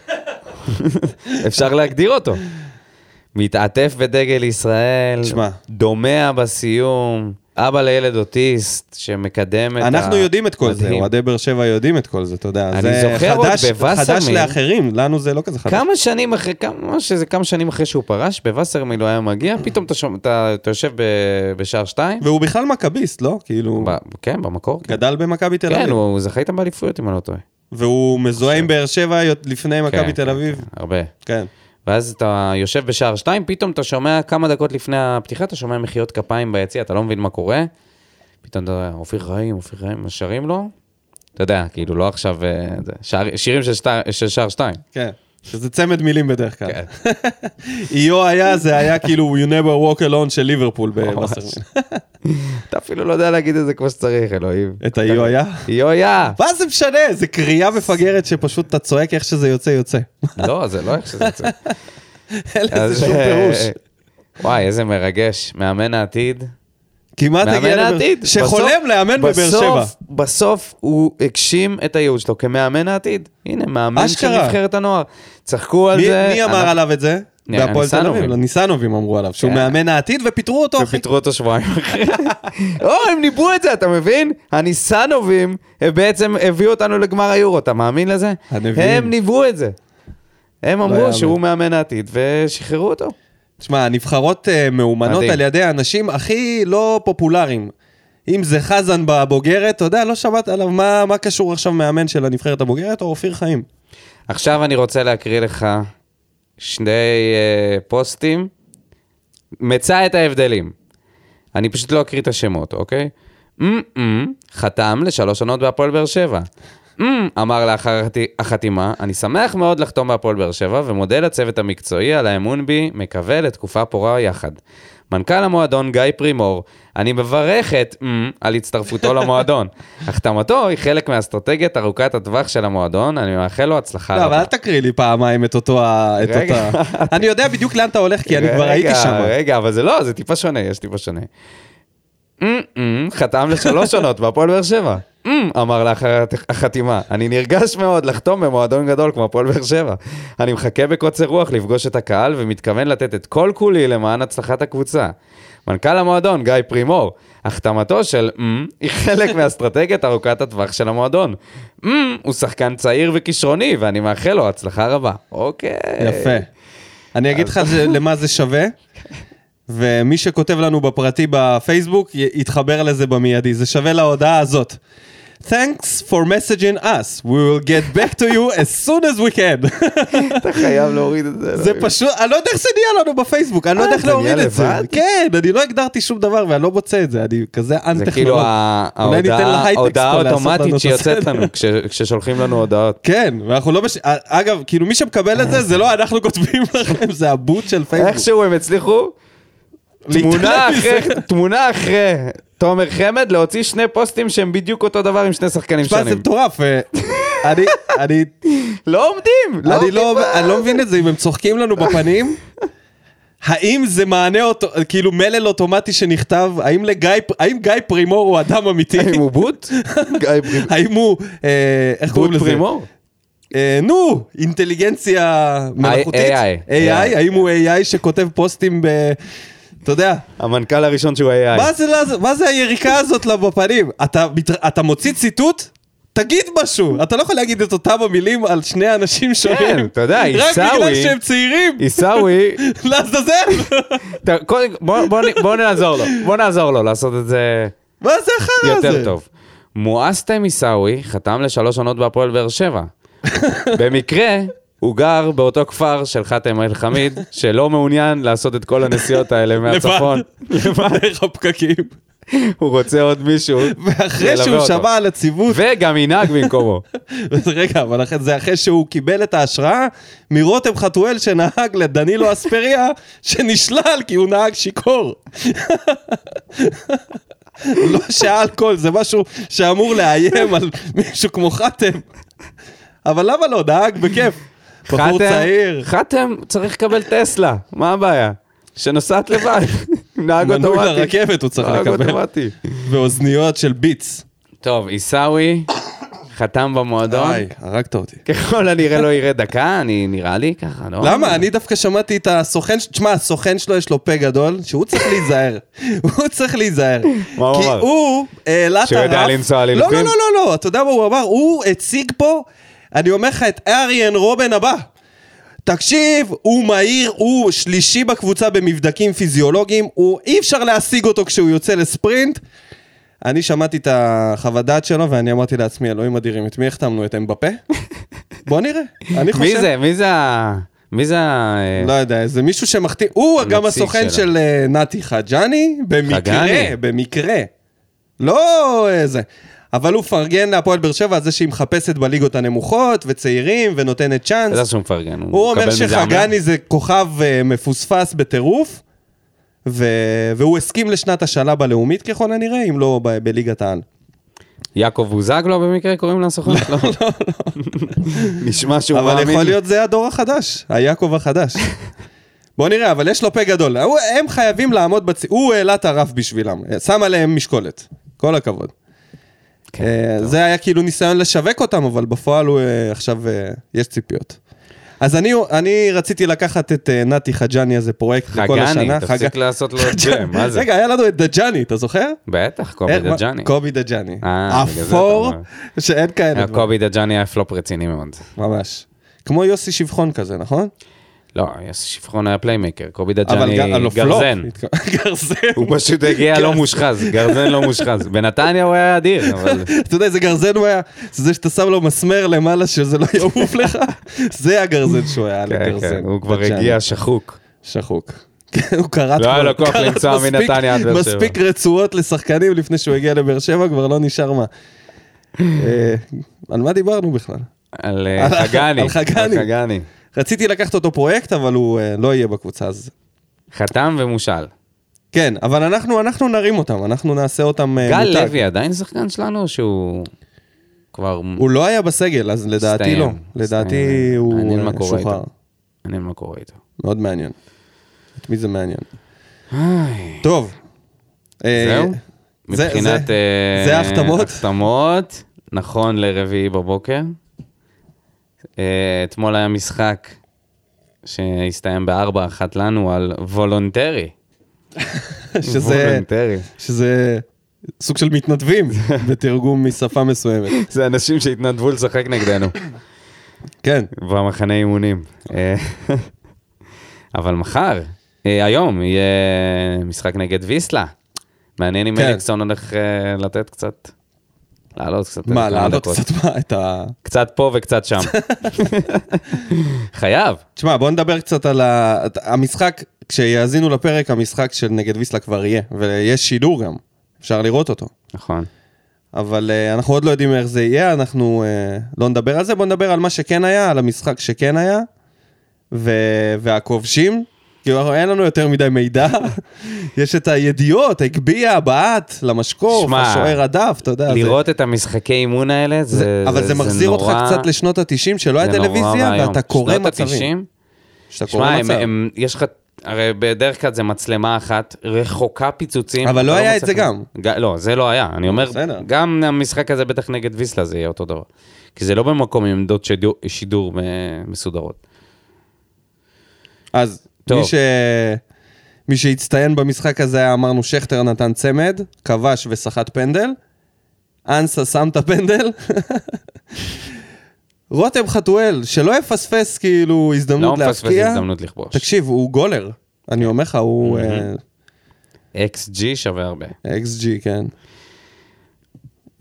Speaker 2: אפשר להגדיר אותו. מתעטף בדגל ישראל,
Speaker 1: תשמע.
Speaker 2: דומע בסיום, אבא לילד אוטיסט שמקדם את ה...
Speaker 1: אנחנו יודעים את כל זה,
Speaker 2: מדהים.
Speaker 1: אוהדי באר שבע יודעים את כל זה, אתה יודע.
Speaker 2: אני
Speaker 1: זה
Speaker 2: זוכר עוד
Speaker 1: חדש-
Speaker 2: בווסרמיל.
Speaker 1: חדש לאחרים, לנו זה לא כזה חדש.
Speaker 2: כמה שנים אחרי, כמה שזה כמה שנים אחרי שהוא פרש, בווסרמיל הוא היה מגיע,
Speaker 1: אה.
Speaker 2: פתאום אתה, שומע, אתה, אתה יושב ב, בשער שתיים,
Speaker 1: והוא בכלל מכביסט, לא? כאילו,
Speaker 2: ב, כן, במקור, כן,
Speaker 1: גדל במכבי תל
Speaker 2: כן
Speaker 1: אביב.
Speaker 2: הוא, הוא זכה איתם באליפויות אם אני לא טועה.
Speaker 1: והוא מזוהה עם באר שבע יות- לפני מכבי
Speaker 2: כן,
Speaker 1: תל
Speaker 2: כן,
Speaker 1: אביב.
Speaker 2: כן, הרבה.
Speaker 1: כן.
Speaker 2: ואז אתה יושב בשער שתיים, פתאום אתה שומע כמה דקות לפני הפתיחה, אתה שומע מחיאות כפיים ביציע, אתה לא מבין מה קורה. פתאום אתה רואה, אופיר חיים, אופיר חיים, שרים לו? אתה יודע, כאילו, לא עכשיו... אה, זה, שער, שירים של, שטר, של שער שתיים.
Speaker 1: כן. שזה צמד מילים בדרך
Speaker 2: כן.
Speaker 1: כלל. איו היה, זה היה כאילו You never walk alone של ליברפול בווסרמיל.
Speaker 2: אתה אפילו לא יודע להגיד את זה כמו שצריך, אלוהים.
Speaker 1: את האיו היה?
Speaker 2: יו יא!
Speaker 1: מה זה משנה? זה קריאה מפגרת שפשוט אתה צועק איך שזה יוצא, יוצא.
Speaker 2: לא, זה לא איך שזה יוצא.
Speaker 1: אין לזה
Speaker 2: אז,
Speaker 1: שום
Speaker 2: אה,
Speaker 1: פירוש.
Speaker 2: וואי, איזה מרגש. מאמן העתיד.
Speaker 1: כמעט הגיע
Speaker 2: מאמן
Speaker 1: לבאר-
Speaker 2: העתיד.
Speaker 1: שחולם
Speaker 2: בסוף-
Speaker 1: לאמן בבאר
Speaker 2: בסוף-
Speaker 1: שבע.
Speaker 2: בסוף הוא הגשים את הייעוד שלו כמאמן העתיד. הנה, מאמן של
Speaker 1: אשכרה.
Speaker 2: נבחרת הנוער. צחקו על
Speaker 1: מי-
Speaker 2: זה.
Speaker 1: מי אמר
Speaker 2: אנחנו-
Speaker 1: עליו את זה?
Speaker 2: אה,
Speaker 1: בהפועל תל אביב.
Speaker 2: הניסנובים.
Speaker 1: לא, ניסנובים אמרו עליו, שהוא
Speaker 2: כן.
Speaker 1: מאמן העתיד ופיטרו אותו. אחי.
Speaker 2: ופיטרו אותו שבועיים אחרי. או, הם ניבאו את זה, אתה מבין? הניסנובים הם בעצם הביאו אותנו לגמר היורו, אתה מאמין לזה?
Speaker 1: הנביאים.
Speaker 2: הם ניבאו את זה. הם
Speaker 1: לא יאמן.
Speaker 2: אמרו שהוא מאמן העתיד ושחררו אותו.
Speaker 1: תשמע, הנבחרות אה, מאומנות
Speaker 2: מדהים.
Speaker 1: על ידי האנשים הכי לא פופולריים. אם זה חזן בבוגרת, אתה יודע, לא שמעת עליו מה, מה קשור עכשיו מאמן של הנבחרת הבוגרת או אופיר חיים.
Speaker 2: עכשיו אני רוצה להקריא לך שני אה, פוסטים. מצא את ההבדלים. אני פשוט לא אקריא את השמות, אוקיי? אמ-אמ, חתם לשלוש עונות בהפועל באר שבע. אמ, אמר לאחר החתי- החתימה, אני שמח מאוד לחתום בהפועל באר שבע ומודה לצוות המקצועי על האמון בי, מקווה לתקופה פורה יחד. מנכ"ל המועדון גיא פרימור, אני מברך את אמ, על הצטרפותו למועדון. החתמתו היא חלק מאסטרטגיית ארוכת הטווח של המועדון, אני מאחל לו הצלחה
Speaker 1: לא,
Speaker 2: רבה.
Speaker 1: אבל אל תקריא לי פעמיים את אותו ה... את
Speaker 2: אה, אוקיי. רגע.
Speaker 1: אותה... אני יודע בדיוק לאן אתה הולך, כי אני כבר הייתי שם.
Speaker 2: רגע, רגע, אבל זה לא, זה טיפה שונה, יש טיפה שונה. אמ, אמ, חתם לשלוש עונות בהפועל באר שבע. אמ, אמר לאחר הת- החתימה, אני נרגש מאוד לחתום במועדון גדול כמו הפועל באר שבע. אני מחכה בקוצר רוח לפגוש את הקהל ומתכוון לתת את כל כולי למען הצלחת הקבוצה. מנכ"ל המועדון, גיא פרימור, החתמתו של אמ היא חלק מאסטרטגיית ארוכת הטווח של המועדון. אמ הוא שחקן צעיר וכישרוני ואני מאחל לו הצלחה רבה. אוקיי.
Speaker 1: יפה. אני אגיד לך זה- למה זה שווה, ומי שכותב לנו בפרטי בפייסבוק י- יתחבר לזה במיידי, זה שווה להודעה הזאת. Thanks for messaging us, we will get back to you as soon as we can.
Speaker 2: אתה חייב להוריד את זה.
Speaker 1: זה פשוט, אני לא יודע איך זה נהיה לנו בפייסבוק, אני לא יודע
Speaker 2: אה,
Speaker 1: איך
Speaker 2: זה
Speaker 1: להוריד
Speaker 2: נהיה
Speaker 1: את זה.
Speaker 2: לבד?
Speaker 1: כן, אני לא הגדרתי שום דבר ואני לא מוצא את זה, אני כזה
Speaker 2: זה כאילו
Speaker 1: אנטכנולוג.
Speaker 2: ה-
Speaker 1: אולי ניתן
Speaker 2: ההודעה
Speaker 1: להייטקס פה
Speaker 2: ההודעה
Speaker 1: לעשות לנו את
Speaker 2: האוטומטית שיוצאת
Speaker 1: הסדר.
Speaker 2: לנו כש- כששולחים לנו הודעות.
Speaker 1: כן, ואנחנו לא... מש- אגב, כאילו מי שמקבל את זה, זה לא אנחנו כותבים לכם, זה הבוט של פייסבוק.
Speaker 2: איכשהו הם הצליחו, תמונה
Speaker 1: להתעלם מזה.
Speaker 2: אחרי- תמונה אחרי תומר חמד להוציא שני פוסטים שהם בדיוק אותו דבר עם שני שחקנים
Speaker 1: תשמע, זה
Speaker 2: שונים.
Speaker 1: מטורף. אה, אני, אני,
Speaker 2: לא עומדים, לא
Speaker 1: אני לא,
Speaker 2: עומדים. ב-
Speaker 1: אני לא מבין את זה, אם הם צוחקים לנו בפנים, האם זה מענה אותו, כאילו מלל אוטומטי שנכתב, האם לגיא, פ- האם גיא פרימור הוא אדם אמיתי?
Speaker 2: האם הוא בוט? גיא פרימור.
Speaker 1: האם הוא, אה, איך קוראים
Speaker 2: בוט
Speaker 1: לזה?
Speaker 2: פרימור?
Speaker 1: אה, נו, אינטליגנציה מלאכותית?
Speaker 2: AI.
Speaker 1: AI, האם הוא AI שכותב פוסטים ב... אתה יודע,
Speaker 2: המנכ"ל הראשון שהוא AI.
Speaker 1: מה זה, לז- מה זה היריקה הזאת לה בפנים? אתה, מת- אתה מוציא ציטוט? תגיד משהו. אתה לא יכול להגיד את אותם המילים על שני אנשים שונים.
Speaker 2: כן, אתה יודע,
Speaker 1: רק בגלל
Speaker 2: עיסאווי-
Speaker 1: שהם צעירים.
Speaker 2: עיסאווי,
Speaker 1: לעזאזל!
Speaker 2: ת- קודם- בוא- בוא נ- בוא נעזור לו, בוא נעזור לו לעשות את זה.
Speaker 1: מה זה החרא הזה?
Speaker 2: יותר טוב. מואסטם עיסאווי חתם לשלוש עונות בהפועל באר שבע. במקרה, הוא גר באותו כפר של חאתם אל חמיד, שלא מעוניין לעשות את כל הנסיעות האלה מהצפון.
Speaker 1: לבד. דרך הפקקים.
Speaker 2: הוא רוצה עוד מישהו.
Speaker 1: ואחרי
Speaker 2: ילווה
Speaker 1: שהוא
Speaker 2: אותו.
Speaker 1: שמע על הציוות,
Speaker 2: וגם ינהג במקומו.
Speaker 1: רגע, אבל אחרי- זה אחרי שהוא קיבל את ההשראה מרותם חתואל שנהג לדנילו אספריה, שנשלל כי הוא נהג שיכור. לא שהאלכוהול זה משהו שאמור לאיים על מישהו כמו חתם. אבל למה לא? נהג בכיף. בחור
Speaker 2: חאתם-
Speaker 1: צעיר.
Speaker 2: חאתם צריך לקבל טסלה, מה הבעיה? שנוסעת לבד, עם נהג
Speaker 1: מנוי
Speaker 2: אוטומטי.
Speaker 1: לרכבת הוא צריך
Speaker 2: נהג
Speaker 1: לקבל.
Speaker 2: אוטומטי.
Speaker 1: ואוזניות של ביטס.
Speaker 2: טוב, עיסאווי חתם במועדון.
Speaker 1: די, הרגת אותי.
Speaker 2: ככל הנראה לא יראה דקה, אני נראה לי ככה, לא?
Speaker 1: למה? אני דווקא שמעתי את הסוכן, ש- תשמע, הסוכן שלו יש לו פה גדול, שהוא צריך להיזהר. הוא צריך להיזהר.
Speaker 2: מה הוא
Speaker 1: כי
Speaker 2: אמר?
Speaker 1: הוא העלה את הרף.
Speaker 2: שהוא יודע לנסוע
Speaker 1: לא,
Speaker 2: ללופים?
Speaker 1: לא, לא, לא, לא, אתה יודע מה הוא אמר? הוא הציג פה, אני אומר לך, את אריאן רובן הבא. תקשיב, הוא מהיר, הוא שלישי בקבוצה במבדקים פיזיולוגיים, הוא אי אפשר להשיג אותו כשהוא יוצא לספרינט. אני שמעתי את החוות דעת שלו ואני אמרתי לעצמי, אלוהים אדירים, את מי החתמנו? את אמבפה? בוא נראה. אני חושב...
Speaker 2: מי זה? מי זה ה... מי זה ה... אה,
Speaker 1: לא יודע, זה מישהו שמחתים, הוא
Speaker 2: הנציג
Speaker 1: גם הסוכן
Speaker 2: שלה.
Speaker 1: של אה, נתי חג'ני, במקרה,
Speaker 2: חג'ני.
Speaker 1: במקרה. לא אה, זה. אבל הוא מפרגן להפועל באר שבע על זה שהיא מחפשת בליגות הנמוכות, וצעירים, ונותנת
Speaker 2: אתה יודע
Speaker 1: צ'אנס.
Speaker 2: שהוא מפרגן.
Speaker 1: הוא
Speaker 2: מקבל
Speaker 1: אומר
Speaker 2: מזה עמלה.
Speaker 1: שחגני זה כוכב אה, מפוספס בטירוף, ו- והוא הסכים לשנת השאלה בלאומית ככל הנראה, אם לא ב- בליגת העל.
Speaker 2: יעקב בוזגלו במקרה קוראים לו הסוכן? לא, לא. נשמע שהוא מאמין.
Speaker 1: לא. אבל יכול להיות זה הדור החדש, היעקב החדש. בוא נראה, אבל יש לו פה גדול. הוא- הם חייבים לעמוד בצ... הוא העלה את הרף בשבילם, שם עליהם משקולת. כל הכבוד.
Speaker 2: כן,
Speaker 1: אה, זה היה כאילו ניסיון לשווק אותם, אבל בפועל הוא אה, עכשיו, אה, יש ציפיות. אז אני, אני רציתי לקחת את אה, נתי חג'ני הזה, פרויקט לכל
Speaker 2: חגני,
Speaker 1: השנה.
Speaker 2: תפסיק
Speaker 1: חג-
Speaker 2: לעשות לו את זה,
Speaker 1: חג'ני.
Speaker 2: מה זה?
Speaker 1: רגע, היה לנו את דג'ני, אתה זוכר?
Speaker 2: בטח, קובי
Speaker 1: אה, מה-
Speaker 2: דג'אני.
Speaker 1: קובי דג'ני.
Speaker 2: אה, בגלל זה אתה
Speaker 1: אפור,
Speaker 2: אומר.
Speaker 1: שאין כאלה.
Speaker 2: אה,
Speaker 1: דברים.
Speaker 2: קובי דג'אני היה פלופ רציני מאוד.
Speaker 1: ממש. כמו יוסי שבחון כזה, נכון?
Speaker 2: לא, יוסי שבחון היה פליימקר, קובי
Speaker 1: אבל
Speaker 2: דג'אני
Speaker 1: גר- לא, פלופ.
Speaker 2: גרזן.
Speaker 1: גרזן.
Speaker 2: הוא פשוט הגיע לא מושחז, גרזן לא מושחז. בנתניה הוא היה אדיר, אבל...
Speaker 1: אתה יודע איזה גרזן הוא היה? זה שאתה שם לו מסמר למעלה שזה לא יעוף לך? זה הגרזן שהוא היה
Speaker 2: כן,
Speaker 1: לגרזן.
Speaker 2: כן, הוא כבר
Speaker 1: בית
Speaker 2: הגיע
Speaker 1: שאן.
Speaker 2: שחוק.
Speaker 1: שחוק. כן, הוא קרט
Speaker 2: לא היה
Speaker 1: כבר-
Speaker 2: לו כוח
Speaker 1: קרט
Speaker 2: לנסוע
Speaker 1: מספיק-
Speaker 2: מנתניה עד באר שבע.
Speaker 1: מספיק רצועות לשחקנים לפני שהוא הגיע לבאר שבע, כבר לא נשאר מה. אה, על מה דיברנו בכלל?
Speaker 2: על אה,
Speaker 1: על-
Speaker 2: חגני.
Speaker 1: על חגני.
Speaker 2: על חגני.
Speaker 1: רציתי לקחת אותו פרויקט, אבל הוא אה, לא יהיה בקבוצה, אז...
Speaker 2: חתם ומושל.
Speaker 1: כן, אבל אנחנו אנחנו נרים אותם, אנחנו נעשה אותם אה,
Speaker 2: גל
Speaker 1: מותג.
Speaker 2: לוי עדיין שחקן שלנו, או שהוא כבר...
Speaker 1: הוא לא היה בסגל, אז לדעתי
Speaker 2: הסתיים?
Speaker 1: לא. לדעתי
Speaker 2: הסתיים.
Speaker 1: הוא
Speaker 2: מעניין מה
Speaker 1: אה,
Speaker 2: קורה
Speaker 1: שוחרר.
Speaker 2: איתו. מעניין מה קורה איתו.
Speaker 1: מאוד מעניין. את מי זה מעניין? טוב. אה,
Speaker 2: זהו?
Speaker 1: זה-
Speaker 2: מבחינת...
Speaker 1: זה-
Speaker 2: אה,
Speaker 1: זה ההחתמות?
Speaker 2: החתמות, נכון לרביעי בבוקר. אה, אתמול היה משחק שהסתיים בארבע אחת לנו על וולונטרי.
Speaker 1: שזה-
Speaker 2: וולונטרי.
Speaker 1: שזה סוג של מתנדבים בתרגום משפה מסוימת.
Speaker 2: זה אנשים שהתנדבו לשחק נגדנו.
Speaker 1: כן.
Speaker 2: במחנה אימונים.
Speaker 1: אוקיי.
Speaker 2: אה, אבל מחר, אה, היום, יהיה משחק נגד ויסלה. מעניין אם
Speaker 1: כן.
Speaker 2: אליקסון הולך אה, לתת קצת, לעלות קצת.
Speaker 1: מה,
Speaker 2: כמה
Speaker 1: לעלות
Speaker 2: דקות.
Speaker 1: קצת מה? את ה...
Speaker 2: קצת פה וקצת שם. חייב.
Speaker 1: תשמע, בוא נדבר קצת על ה- את- המשחק, כשיאזינו לפרק, המשחק של נגד ויסלה כבר יהיה, ויש שידור גם, אפשר לראות אותו.
Speaker 2: נכון.
Speaker 1: אבל uh, אנחנו עוד לא יודעים איך זה יהיה, אנחנו uh, לא נדבר על זה, בוא נדבר על מה שכן היה, על המשחק שכן היה, ו- והכובשים. כאילו, אנחנו- אין לנו יותר מדי מידע, יש את הידיעות, הגביע, הבעט, למשקוף,
Speaker 2: שמע,
Speaker 1: השוער הדף, אתה יודע. זה-
Speaker 2: לראות את המשחקי אימון האלה, זה
Speaker 1: זה,
Speaker 2: נורא...
Speaker 1: אבל זה, מחזיר אותך
Speaker 2: נורא-
Speaker 1: קצת לשנות ה-90, שלא היה
Speaker 2: זה נורא
Speaker 1: טלוויזיה,
Speaker 2: ואיום.
Speaker 1: ואתה קורא
Speaker 2: שנות
Speaker 1: מצבים.
Speaker 2: ה-90,
Speaker 1: שאתה קורא
Speaker 2: שמע, הם-
Speaker 1: מצב.
Speaker 2: הם- יש לך, הרי בדרך כלל זה מצלמה אחת, רחוקה פיצוצים.
Speaker 1: אבל לא
Speaker 2: אתה
Speaker 1: היה את
Speaker 2: מצליח-
Speaker 1: זה גם.
Speaker 2: ג- לא, זה לא היה. אני אומר,
Speaker 1: בסדר.
Speaker 2: גם המשחק הזה בטח נגד ויסלה זה יהיה אותו דבר. כי זה לא במקום עם עמדות שידור- שידור אה, מסודרות.
Speaker 1: אז
Speaker 2: טוב.
Speaker 1: מי, ש... מי שהצטיין במשחק הזה היה, אמרנו, שכטר נתן צמד, כבש וסחט פנדל, אנסה שם את הפנדל. רותם חתואל, שלא יפספס כאילו
Speaker 2: לא
Speaker 1: הזדמנות
Speaker 2: מפספס
Speaker 1: להפקיע.
Speaker 2: הזדמנות לכבוש.
Speaker 1: תקשיב, הוא גולר. אני אומר לך, הוא
Speaker 2: XG שווה הרבה.
Speaker 1: אקס ג'י, כן.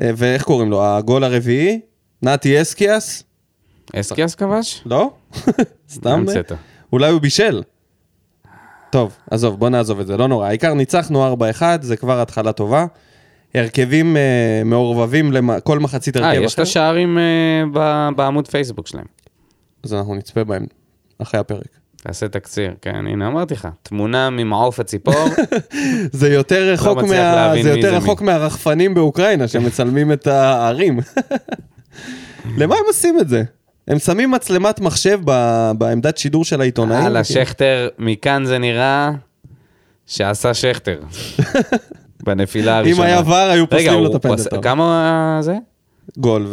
Speaker 1: אה, ואיך קוראים לו? הגול הרביעי? נתי אסקיאס?
Speaker 2: אסקיאס כבש?
Speaker 1: לא? סתם? אה?
Speaker 2: המצאת.
Speaker 1: אולי הוא בישל. טוב, עזוב, בוא נעזוב את זה, לא נורא. העיקר ניצחנו 4-1, זה כבר התחלה טובה. הרכבים אה, מעורבבים לכל מחצית
Speaker 2: אה,
Speaker 1: הרכב
Speaker 2: יש את
Speaker 1: אחר,
Speaker 2: השערים אה, ב- בעמוד פייסבוק שלהם.
Speaker 1: אז אנחנו נצפה בהם אחרי הפרק.
Speaker 2: תעשה תקציר, כן, הנה אמרתי לך, תמונה ממעוף הציפור,
Speaker 1: זה יותר רחוק,
Speaker 2: מצליח
Speaker 1: מה...
Speaker 2: להבין
Speaker 1: זה
Speaker 2: מי
Speaker 1: יותר
Speaker 2: זה
Speaker 1: רחוק מהרחפנים באוקראינה שמצלמים את הערים. למה הם עושים את זה? הם שמים מצלמת מחשב ב... בעמדת שידור של העיתונאים.
Speaker 2: הלאה,
Speaker 1: כאילו.
Speaker 2: שכטר, מכאן זה נראה שעשה שכטר, בנפילה הראשונה.
Speaker 1: היה ור, היו פוסלים
Speaker 2: רגע,
Speaker 1: לו את
Speaker 2: הוא
Speaker 1: הפנדל,
Speaker 2: פס-
Speaker 1: אתה אומר.
Speaker 2: כמה זה?
Speaker 1: גול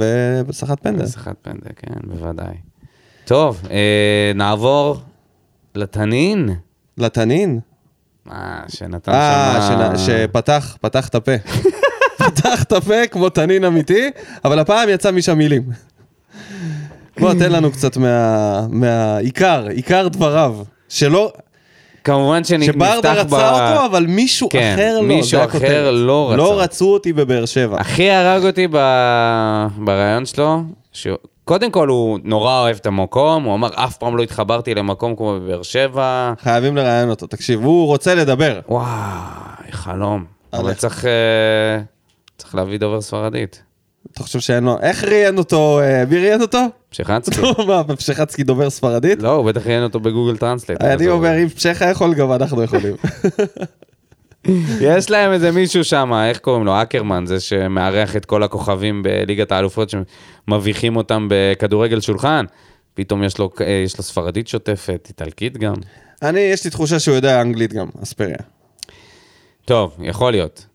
Speaker 1: וסחט פנדל.
Speaker 2: סחט פנדל, כן, בוודאי. טוב, אה, נעבור לתנין.
Speaker 1: לתנין?
Speaker 2: אה, שנתן
Speaker 1: אה,
Speaker 2: שמה...
Speaker 1: שנה- שפתח, פתח את הפה. פתח את הפה כמו תנין אמיתי, אבל הפעם יצא משם מילים. בוא, תן לנו קצת מה- מהעיקר, עיקר דבריו. שלא,
Speaker 2: כמובן שנפתח
Speaker 1: שברדה
Speaker 2: ב...
Speaker 1: רצה אותו, אבל מישהו
Speaker 2: כן,
Speaker 1: אחר לא.
Speaker 2: מישהו
Speaker 1: זה הכותרת.
Speaker 2: אחר לא רצה.
Speaker 1: לא רצו אותי בבאר שבע.
Speaker 2: הכי הרג אותי ב... ברעיון שלו, שקודם כל הוא נורא אוהב את המקום, הוא אמר, אף פעם לא התחברתי למקום כמו בבאר שבע.
Speaker 1: חייבים לראיין אותו. תקשיב, הוא רוצה לדבר.
Speaker 2: וואי, חלום. אבל
Speaker 1: עליך.
Speaker 2: צריך, אה, צריך להביא דובר ספרדית.
Speaker 1: אתה חושב שאין לו... איך ראיין אותו? אה, מי ראיין אותו?
Speaker 2: פשחצקי.
Speaker 1: מה, פשחצקי דובר ספרדית?
Speaker 2: כן. לא, הוא בטח ראיין אותו בגוגל טרנסלייט.
Speaker 1: אני אומר, אם פשחה יכול, גם אנחנו יכולים.
Speaker 2: יש להם איזה מישהו שם, איך קוראים לו? אקרמן, זה שמארח את כל הכוכבים בליגת האלופות שמביכים אותם בכדורגל שולחן. פתאום יש לו, אה, יש לו ספרדית שוטפת, איטלקית גם.
Speaker 1: אני, יש לי תחושה שהוא יודע אנגלית גם, אספריה.
Speaker 2: טוב, יכול להיות.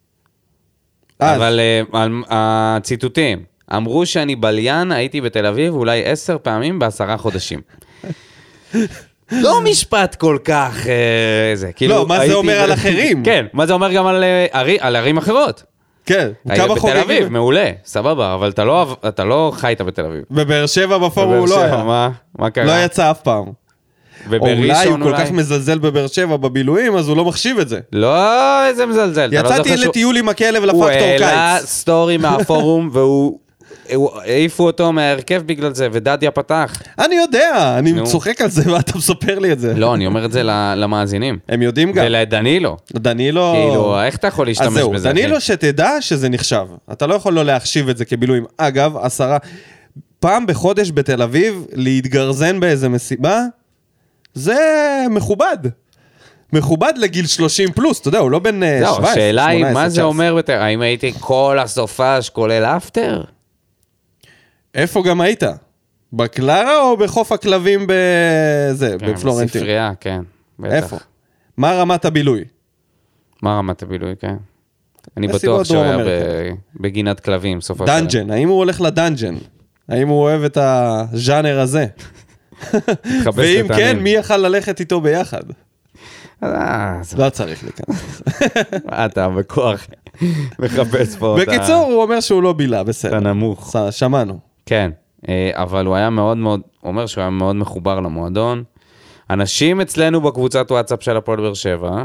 Speaker 1: אז,
Speaker 2: אבל אה, על- הציטוטים. אמרו שאני בליין, הייתי בתל אביב אולי עשר פעמים בעשרה חודשים. לא משפט כל כך אה, זה, כאילו...
Speaker 1: לא, מה זה
Speaker 2: הייתי
Speaker 1: אומר
Speaker 2: ב-
Speaker 1: על אחרים?
Speaker 2: כן, מה זה אומר גם על, אה, ערי- על ערים אחרות.
Speaker 1: כן, כמה
Speaker 2: בתל
Speaker 1: חוגגים.
Speaker 2: אביב, מעולה, סבבה, אבל אתה לא, אתה לא חיית בתל אביב.
Speaker 1: בבאר שבע בפורום הוא
Speaker 2: בבאר
Speaker 1: לא
Speaker 2: שבע,
Speaker 1: היה.
Speaker 2: מה, מה קרה?
Speaker 1: לא יצא אף פעם. או אולי הוא
Speaker 2: ובראשון
Speaker 1: כל
Speaker 2: אולי...
Speaker 1: כך מזלזל בבאר שבע בבילויים, אז הוא לא מחשיב את זה.
Speaker 2: לא, איזה מזלזל. אתה לא
Speaker 1: יצאתי
Speaker 2: זוכר שהוא-
Speaker 1: לטיול עם הכלב לפקטור
Speaker 2: הוא העלה
Speaker 1: קיץ.
Speaker 2: סטורי מהפורום והוא... הוא- העיפו אותו מההרכב בגלל זה, ודדיה פתח.
Speaker 1: אני יודע, אני
Speaker 2: נו.
Speaker 1: צוחק על זה ואתה מספר לי את זה.
Speaker 2: לא, אני אומר את זה ל- למאזינים.
Speaker 1: הם יודעים גם.
Speaker 2: ולדנילו.
Speaker 1: דנילו...
Speaker 2: כאילו, איך אתה יכול
Speaker 1: אז
Speaker 2: להשתמש
Speaker 1: זהו,
Speaker 2: בזה? כן. אחי?
Speaker 1: דנילו שתדע שזה נחשב. אתה לא יכול לא להחשיב את זה כבילויים. אגב, עשרה... פעם בחודש בתל אביב, להתגרזן באיזה מסיבה, זה מכובד. מכובד לגיל 30 פלוס, אתה יודע, הוא לא בן אה, 17,
Speaker 2: זהו,
Speaker 1: 18,
Speaker 2: השאלה היא, מה זה
Speaker 1: 19.
Speaker 2: אומר? בת- האם הייתי כל הסופש כולל אפטר?
Speaker 1: איפה גם היית? בקלרה או בחוף הכלבים בזה,
Speaker 2: כן,
Speaker 1: בפלורנטין?
Speaker 2: ספרייה, כן. בטח.
Speaker 1: איפה? מה רמת הבילוי?
Speaker 2: מה רמת הבילוי, כן. אני בטוח
Speaker 1: מסיבות
Speaker 2: שהוא היה
Speaker 1: דרום
Speaker 2: ב- בגינת כלבים, סופו של דבר.
Speaker 1: דאנג'ן, האם הוא הולך לדאנג'ן? האם הוא אוהב את הז'אנר הזה?
Speaker 2: התחפש
Speaker 1: ואם
Speaker 2: לטעמים.
Speaker 1: כן, מי יכל ללכת איתו ביחד?
Speaker 2: אה, זה-
Speaker 1: לא צריך להיכנס.
Speaker 2: אתה בכוח מחפש פה את ה-
Speaker 1: בקיצור, הוא אומר שהוא לא בילה,
Speaker 2: את
Speaker 1: בסדר.
Speaker 2: הנמוך.
Speaker 1: ס- שמענו.
Speaker 2: כן, אה, אבל הוא היה מאוד מאוד, הוא אומר שהוא היה מאוד מחובר למועדון. אנשים אצלנו בקבוצת וואטסאפ של הפועל באר שבע,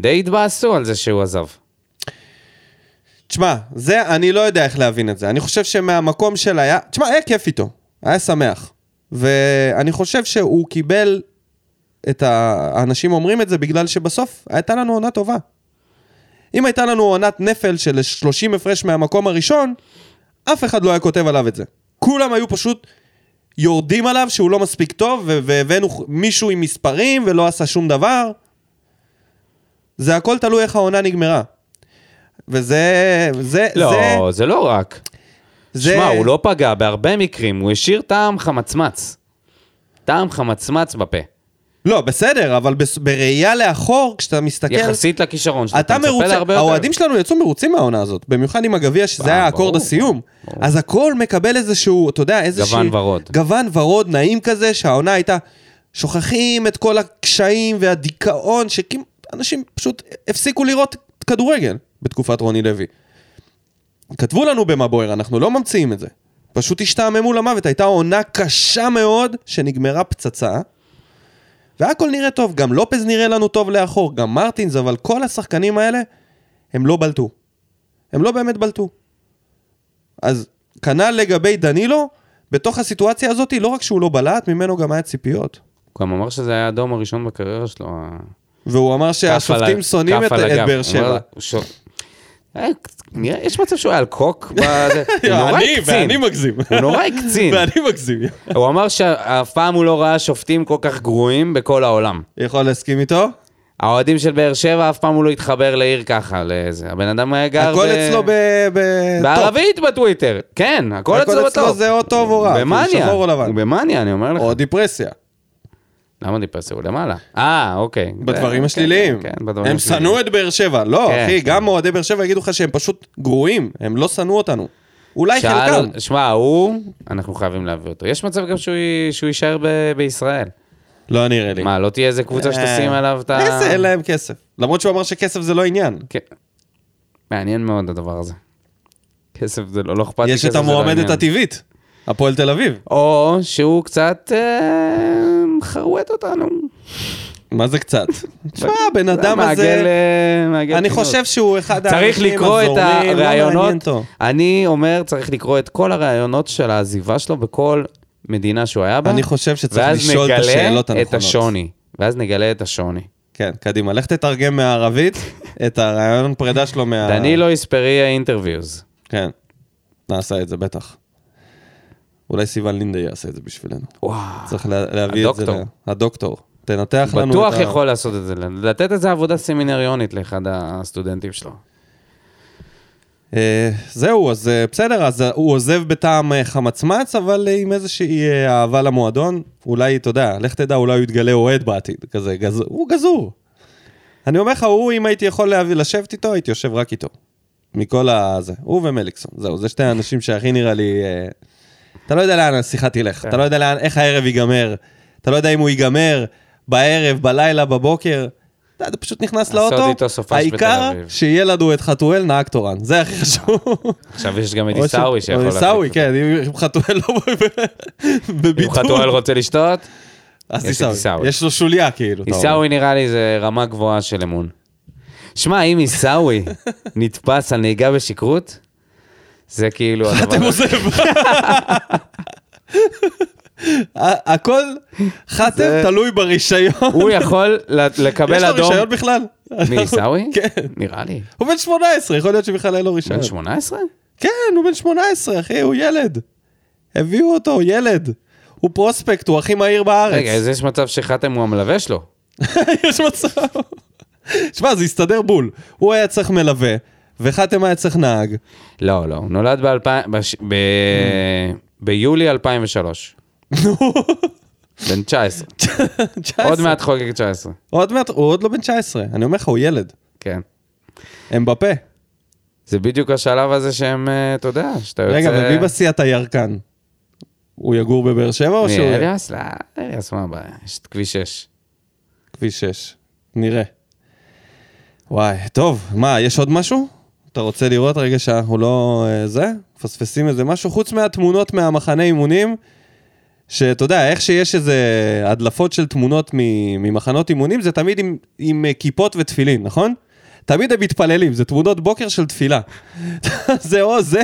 Speaker 2: די התבאסו על זה שהוא עזב.
Speaker 1: תשמע, זה, אני לא יודע איך להבין את זה. אני חושב שמהמקום של היה... תשמע, היה כיף איתו. היה שמח. ואני חושב שהוא קיבל את ה... האנשים אומרים את זה בגלל שבסוף הייתה לנו עונה טובה. אם הייתה לנו עונת נפל של 30 הפרש מהמקום הראשון, אף אחד לא היה כותב עליו את זה. כולם היו פשוט יורדים עליו שהוא לא מספיק טוב, ו- והבאנו ח- מישהו עם מספרים ולא עשה שום דבר. זה הכל תלוי איך העונה נגמרה. וזה... זה... זה,
Speaker 2: לא, זה לא רק.
Speaker 1: זה...
Speaker 2: שמע, הוא לא פגע בהרבה מקרים, הוא השאיר טעם חמצמץ. טעם חמצמץ בפה.
Speaker 1: לא, בסדר, אבל בס... בראייה לאחור, כשאתה מסתכל...
Speaker 2: יחסית לכישרון שלו,
Speaker 1: אתה
Speaker 2: מצפה
Speaker 1: מרוצה,
Speaker 2: להרבה יותר.
Speaker 1: האוהדים שלנו יצאו מרוצים מהעונה הזאת, במיוחד עם הגביע, שזה
Speaker 2: אה,
Speaker 1: היה
Speaker 2: ברור,
Speaker 1: אקורד הסיום.
Speaker 2: ברור.
Speaker 1: אז הכל מקבל איזשהו, אתה יודע, איזשהו...
Speaker 2: גוון ורוד.
Speaker 1: גוון ורוד נעים כזה, שהעונה הייתה... שוכחים את כל הקשיים והדיכאון, שכמעט אנשים פשוט הפסיקו לראות כדורגל בתקופת רוני לוי. כתבו לנו במה בוער, אנחנו לא ממציאים את זה. פשוט השתעממו למוות, הייתה עונה קשה מאוד, שנגמרה פצצה, והכל נראה טוב, גם לופז נראה לנו טוב לאחור, גם מרטינס, אבל כל השחקנים האלה, הם לא בלטו. הם לא באמת בלטו. אז כנ"ל לגבי דנילו, בתוך הסיטואציה הזאת, לא רק שהוא לא בלט, ממנו גם היה ציפיות.
Speaker 2: הוא גם אמר שזה היה האדום הראשון בקריירה שלו. ה-
Speaker 1: והוא אמר
Speaker 2: כף על
Speaker 1: שהשופטים
Speaker 2: ה-
Speaker 1: שונאים
Speaker 2: כף
Speaker 1: את
Speaker 2: על
Speaker 1: את
Speaker 2: הגב.
Speaker 1: באר
Speaker 2: הוא
Speaker 1: שבע.
Speaker 2: אומר, הוא ש- אה, נראה- יש מצב שהוא היה על קוק, בזה. הוא נורא
Speaker 1: אני,
Speaker 2: הקצין.
Speaker 1: ואני מגזים.
Speaker 2: הוא נורא הקצין.
Speaker 1: ואני מגזים.
Speaker 2: הוא אמר שאף פעם הוא לא ראה שופטים כל כך גרועים בכל העולם.
Speaker 1: יכול להסכים איתו?
Speaker 2: האוהדים של באר שבע אף פעם הוא לא התחבר לעיר ככה, לזה. הבן אדם היה גר...
Speaker 1: הכל
Speaker 2: ב-
Speaker 1: אצלו ב... ב-
Speaker 2: בערבית בטוויטר, כן, הכל
Speaker 1: הכל
Speaker 2: אצלו בטוב.
Speaker 1: אצלו זה או טוב או רע, כאילו,
Speaker 2: במאניה,
Speaker 1: שחור או לבן.
Speaker 2: הוא במאניה, אני אומר לך.
Speaker 1: טוב, או דיפרסיה.
Speaker 2: למה דיפרסיה? הוא למעלה. אה, אוקיי.
Speaker 1: בדברים
Speaker 2: כן,
Speaker 1: השליליים.
Speaker 2: כן, כן, בדברים
Speaker 1: הם
Speaker 2: השליליים.
Speaker 1: שנאו את באר שבע. לא,
Speaker 2: כן.
Speaker 1: אחי, גם אוהדי באר שבע יגידו לך שהם פשוט גרועים. הם לא שנאו אותנו. אולי חלקם.
Speaker 2: שאל- שמע, הוא, אנחנו חייבים להביא אותו. יש מצב גם שהוא י- שהוא יישאר ב- בישראל.
Speaker 1: לא נראה לי.
Speaker 2: מה, לא תהיה איזה קבוצה שתשים
Speaker 1: אה,
Speaker 2: עליו את ה...
Speaker 1: איזה, אין להם כסף. למרות שהוא אמר שכסף זה לא עניין.
Speaker 2: כן. מעניין מאוד הדבר הזה. כסף זה לא, לא אכפת לי.
Speaker 1: יש
Speaker 2: כסף
Speaker 1: את
Speaker 2: זה לא
Speaker 1: המועמדת
Speaker 2: עניין.
Speaker 1: הטבעית, הפועל תל אביב.
Speaker 2: או שהוא קצת אה, חרוט אותנו.
Speaker 1: מה זה קצת? תשמע, הבן אדם
Speaker 2: מעגל,
Speaker 1: הזה,
Speaker 2: אה, מעגל
Speaker 1: אני
Speaker 2: פינות.
Speaker 1: חושב שהוא אחד
Speaker 2: צריך
Speaker 1: האנשים
Speaker 2: לקרוא את
Speaker 1: הזורמים, לא מעניין
Speaker 2: הראיונות,
Speaker 1: אותו.
Speaker 2: אני אומר, צריך לקרוא את כל הראיונות של העזיבה שלו בכל מדינה שהוא היה בה.
Speaker 1: אני חושב שצריך
Speaker 2: אה? ואז
Speaker 1: לשאול את
Speaker 2: נגלה
Speaker 1: השאלות
Speaker 2: את
Speaker 1: הנכונות.
Speaker 2: השוני. ואז נגלה את השוני.
Speaker 1: כן, קדימה. לך תתרגם מהערבית את הרעיון פרידה שלו מה...
Speaker 2: דנילו היספריה אינטרוויוז.
Speaker 1: כן. נעשה את זה, בטח. אולי סיוון לינדה יעשה את זה בשבילנו.
Speaker 2: וואו.
Speaker 1: צריך לה- להביא את זה.
Speaker 2: הדוקטור.
Speaker 1: ל- הדוקטור. תנתח לנו את ה...
Speaker 2: בטוח יכול לעשות את זה, לתת איזה עבודה סמינריונית לאחד הסטודנטים שלו.
Speaker 1: אה, זהו, אז אה, בסדר, אז אה, הוא עוזב בטעם אה, חמצמץ, אבל אה, עם איזושהי אה, אהבה למועדון. אולי, אתה יודע, לך תדע, אולי הוא יתגלה אוהד בעתיד. כזה, גז... הוא גזור. אני אומר לך, הוא, אם הייתי יכול להביא, לשבת איתו, הייתי יושב רק איתו. מכל ה... זה. הוא ומליקסון. זהו, זה שתי האנשים שהכי נראה לי... אה, אתה לא יודע לאן השיחה
Speaker 2: כן.
Speaker 1: תלך, אתה לא יודע לאן, איך הערב ייגמר, אתה לא יודע אם הוא ייגמר בערב, בלילה, בבוקר. אתה יודע, אתה פשוט נכנס
Speaker 2: לעשות
Speaker 1: לאוטו,
Speaker 2: איתו סופש בתל
Speaker 1: העיקר
Speaker 2: אביב.
Speaker 1: שיהיה לנו את חתואל נהג תורן, זה הכי חשוב.
Speaker 2: עכשיו יש גם את
Speaker 1: או
Speaker 2: עיסאווי
Speaker 1: ש-
Speaker 2: שיכול...
Speaker 1: או
Speaker 2: להחליף
Speaker 1: עיסאווי,
Speaker 2: אותו.
Speaker 1: כן, אם- אם חתואל לא
Speaker 2: אם חתואל
Speaker 1: בביטול,
Speaker 2: רוצה לשתות,
Speaker 1: אז
Speaker 2: יש את
Speaker 1: עיסאווי,
Speaker 2: עיסאווי.
Speaker 1: יש לו שוליה כאילו. אתה אומר.
Speaker 2: עיסאווי נראה לי זה רמה גבוהה של אמון. שמע, אם עיסאווי נתפס על נהיגה בשכרות, זה כאילו הדבר...
Speaker 1: אתם עוזב. ה- הכל חתם תלוי ברישיון.
Speaker 2: הוא יכול ל-
Speaker 1: יש
Speaker 2: לקבל
Speaker 1: לו
Speaker 2: אדום
Speaker 1: רישיון בכלל?
Speaker 2: מעיסאווי?
Speaker 1: כן.
Speaker 2: נראה לי.
Speaker 1: הוא בן 18, יכול להיות שבכלל אין לו רישיון.
Speaker 2: בן 18?
Speaker 1: כן, הוא בן 18, אחי, הוא ילד. הביאו אותו, הוא ילד. הוא פרוספקט, הוא הכי מהיר בארץ.
Speaker 2: רגע, אז יש מצב שחתם הוא המלווה שלו.
Speaker 1: יש מצב. שמע, זה הסתדר בול. הוא היה צריך מלווה, וחתם היה צריך נהג.
Speaker 2: לא, לא, הוא נולד באלפיים... בש- ב-
Speaker 1: Mm.
Speaker 2: ביולי 2003. בן 19.
Speaker 1: 19.
Speaker 2: עוד מעט חוגג 19.
Speaker 1: עוד מעט, הוא עוד לא בן 19, אני אומר לך, הוא ילד.
Speaker 2: כן.
Speaker 1: הם בפה.
Speaker 2: זה בדיוק השלב הזה שהם, אה, אתה יודע, שאתה יוצא...
Speaker 1: רגע, ומי בסיעת הירקן? הוא יגור בבאר שבע או
Speaker 2: מי,
Speaker 1: שהוא...
Speaker 2: אליאס? לא, אליאס, מה הבעיה? יש את כביש 6.
Speaker 1: כביש 6. נראה. וואי, טוב, מה, יש עוד משהו? אתה רוצה לראות רגע שאנחנו לא... אה, זה? מפספסים איזה משהו? חוץ מהתמונות מהמחנה אימונים, שאתה יודע, איך שיש איזה הדלפות של תמונות מ- ממחנות אימונים, זה תמיד עם, עם אה, כיפות ותפילין, נכון? תמיד הם מתפללים, זה תמונות בוקר של תפילה. זה או זה,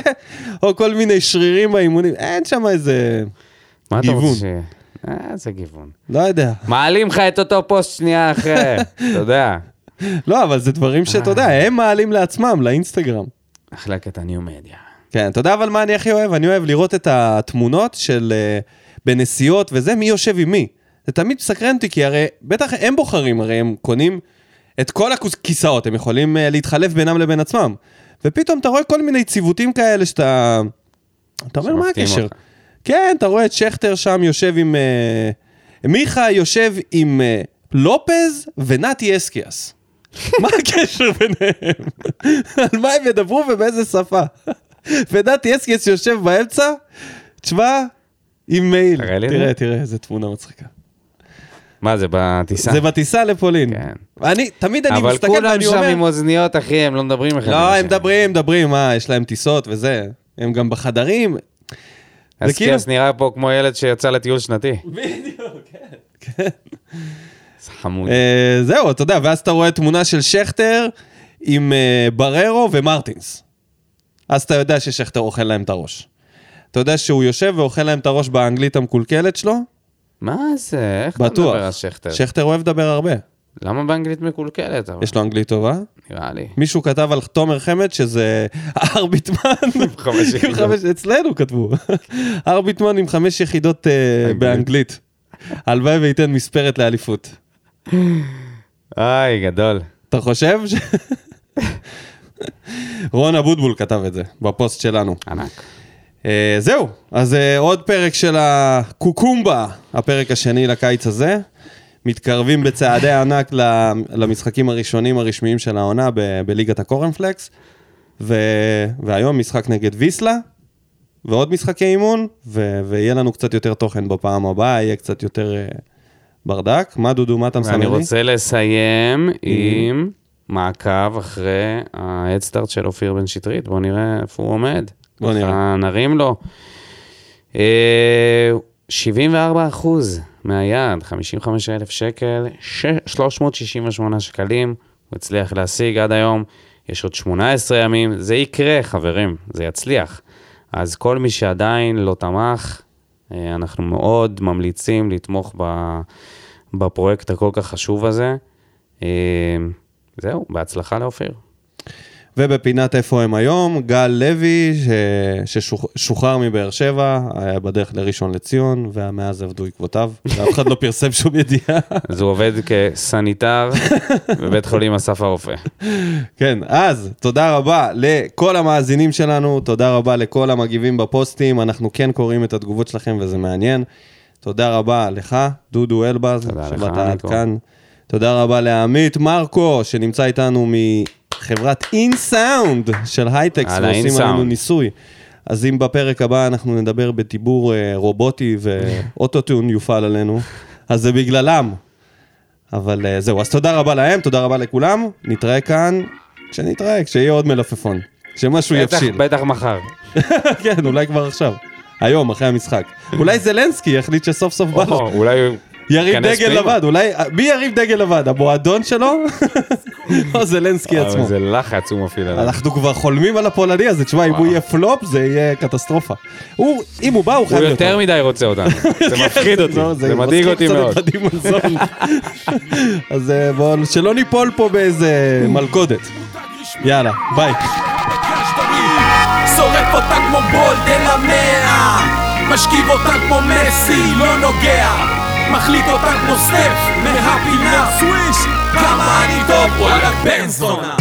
Speaker 1: או כל מיני שרירים באימונים, אין שם איזה...
Speaker 2: מה אתה
Speaker 1: גיוון.
Speaker 2: רוצה ש... אה, זה גיוון.
Speaker 1: לא יודע.
Speaker 2: מעלים לך את אותו פוסט שנייה אחרי, אתה יודע.
Speaker 1: לא, אבל זה דברים שאתה יודע,
Speaker 2: אה.
Speaker 1: הם מעלים לעצמם, לאינסטגרם.
Speaker 2: אחלה קטן ניו מדיה.
Speaker 1: כן, אתה יודע אבל מה אני הכי אוהב? אני אוהב לראות את התמונות של אה, בנסיעות וזה, מי יושב עם מי. זה תמיד מסקרן אותי, כי הרי בטח הם בוחרים, הרי הם קונים את כל הכיסאות, הם יכולים אה, להתחלף בינם לבין עצמם. ופתאום אתה רואה כל מיני ציוותים כאלה שאתה... אתה אומר, מה
Speaker 2: שמפתיעים
Speaker 1: הקשר?
Speaker 2: אותך.
Speaker 1: כן, אתה רואה את שכטר שם יושב עם... אה, מיכה יושב עם אה, לופז ונתי אסקיאס. מה הקשר ביניהם? על מה הם ידברו ובאיזה שפה? ונתי אסקיאס יושב באמצע, תשמע, עם מייל.
Speaker 2: תראה לי את
Speaker 1: תראה,
Speaker 2: זה.
Speaker 1: תראה, איזה תמונה מצחיקה.
Speaker 2: מה זה, בטיסה?
Speaker 1: זה בטיסה לפולין.
Speaker 2: כן.
Speaker 1: אני, תמיד אני
Speaker 2: אבל
Speaker 1: מסתכל
Speaker 2: כולם
Speaker 1: ואני
Speaker 2: שם
Speaker 1: אומר...
Speaker 2: עם אוזניות, אחי, הם לא מדברים אחד. עם
Speaker 1: לא, הם
Speaker 2: השני.
Speaker 1: מדברים, מדברים, מה, יש להם טיסות וזה. הם גם בחדרים.
Speaker 2: אז
Speaker 1: וכאילו-
Speaker 2: קיאס נראה פה כמו ילד שיצא לטיול שנתי.
Speaker 1: כאילו- בדיוק, כן.
Speaker 2: זה חמוד.
Speaker 1: אה, זהו, אתה יודע, ואז אתה רואה תמונה של שכטר עם אה, בררו ומרטינס. אז אתה יודע ששכטר אוכל להם את הראש. אתה יודע שהוא יושב ואוכל להם את הראש באנגלית המקולקלת שלו?
Speaker 2: מה זה? איך אתה
Speaker 1: בטוח.
Speaker 2: מדבר על שכטר?
Speaker 1: שכטר אוהב לדבר הרבה.
Speaker 2: למה באנגלית מקולקלת? אבל?
Speaker 1: יש לו אנגלית טובה?
Speaker 2: נראה לי. מישהו
Speaker 1: מישהו כתב על תומר חמד שזה ארביטמן.
Speaker 2: חמש
Speaker 1: עם חמש- אצלנו כתבו. ארביטמן עם חמש יחידות אה, באנגלית. הלוואי וייתן מספרת לאליפות.
Speaker 2: איי, גדול.
Speaker 1: אתה חושב? ש- רון אבוטבול כתב את זה בפוסט שלנו.
Speaker 2: ענק.
Speaker 1: אה, זהו, אז אה, עוד פרק של הקוקומבה, הפרק השני לקיץ הזה. מתקרבים בצעדי ענק ל- למשחקים הראשונים הרשמיים של העונה ב- בליגת הקורנפלקס. ו... והיום משחק נגד ויסלה, ועוד משחקי אימון, ו- ויהיה לנו קצת יותר תוכן בפעם הבאה, יהיה קצת יותר אה, ברדק. מה דודו, מה אתה מסמן לי?
Speaker 2: אני רוצה לסיים עם מעקב אחרי ההדסטארט של אופיר בן שטרית, בואו נראה איפה הוא עומד.
Speaker 1: בוא נראה.
Speaker 2: ככה נרים לו. אה, 74 אחוז מהיעד, 55 אלף שקל, ש- 368 שקלים, הוא הצליח להשיג עד היום, יש עוד 18 ימים, זה יקרה חברים, זה יצליח. אז כל מי שעדיין לא תמך, אה, אנחנו מאוד ממליצים לתמוך ב- בפרויקט הכל כך חשוב הזה. אה, זהו, בהצלחה לאופיר.
Speaker 1: ובפינת איפה הם היום, גל לוי, ש- ששוחרר מבאר שבע, היה בדרך לראשון לציון, ומאז עבדו עקבותיו, ואף אחד לא פרסם שום ידיעה.
Speaker 2: אז הוא עובד כסניטר בבית חולים אסף הרופא.
Speaker 1: כן, אז תודה רבה לכל המאזינים שלנו, תודה רבה לכל המגיבים בפוסטים, אנחנו כן קוראים את התגובות שלכם וזה מעניין. תודה רבה לך, דודו אלבז,
Speaker 2: תודה לך,
Speaker 1: שבאת עד
Speaker 2: ניקו.
Speaker 1: כאן. תודה רבה לעמית מרקו, שנמצא איתנו מחברת אינסאונד של הייטקס,
Speaker 2: על
Speaker 1: ועושים
Speaker 2: ה-InSound.
Speaker 1: עלינו ניסוי. אז אם בפרק הבא אנחנו נדבר בדיבור אה, רובוטי ואוטוטון יופעל עלינו, אז זה בגללם. אבל אה, זהו, אז תודה רבה להם, תודה רבה לכולם. נתראה כאן, כשנתראה, כשיהיה עוד מלפפון. כשמשהו
Speaker 2: בטח-
Speaker 1: יבשיל.
Speaker 2: בטח מחר.
Speaker 1: כן, אולי כבר עכשיו. היום, אחרי המשחק. אולי זלנסקי יחליט שסוף סוף בא לו.
Speaker 2: או, לא, אולי הוא
Speaker 1: יריב
Speaker 2: ייכנס
Speaker 1: דגל
Speaker 2: פנימה.
Speaker 1: לבד, אולי... מי יריב דגל לבד? המועדון שלו? או זלנסקי
Speaker 2: אבל
Speaker 1: עצמו?
Speaker 2: זה לחץ הוא מפעיל עליו.
Speaker 1: אנחנו כבר חולמים על הפולני הזה, תשמע, אם הוא יהיה פלופ זה יהיה קטסטרופה. הוא, אם הוא בא, הוא
Speaker 2: הוא
Speaker 1: חייב להיות...
Speaker 2: יותר מדי רוצה אותנו, זה מפחיד אותי,
Speaker 1: לא,
Speaker 2: זה מדאיג אותי
Speaker 1: מזכיר
Speaker 2: מאוד.
Speaker 1: קצת את ודים מזון. אז אה, בואו, שלא ניפול פה באיזה מלכודת. יאללה, ביי.
Speaker 5: שורף אותה כמו בולדן המאה משכיב אותה כמו מסי, לא נוגע מחליט אותה כמו סטף מהפינה סוויש כמה אני טוב, וואלה בן זונה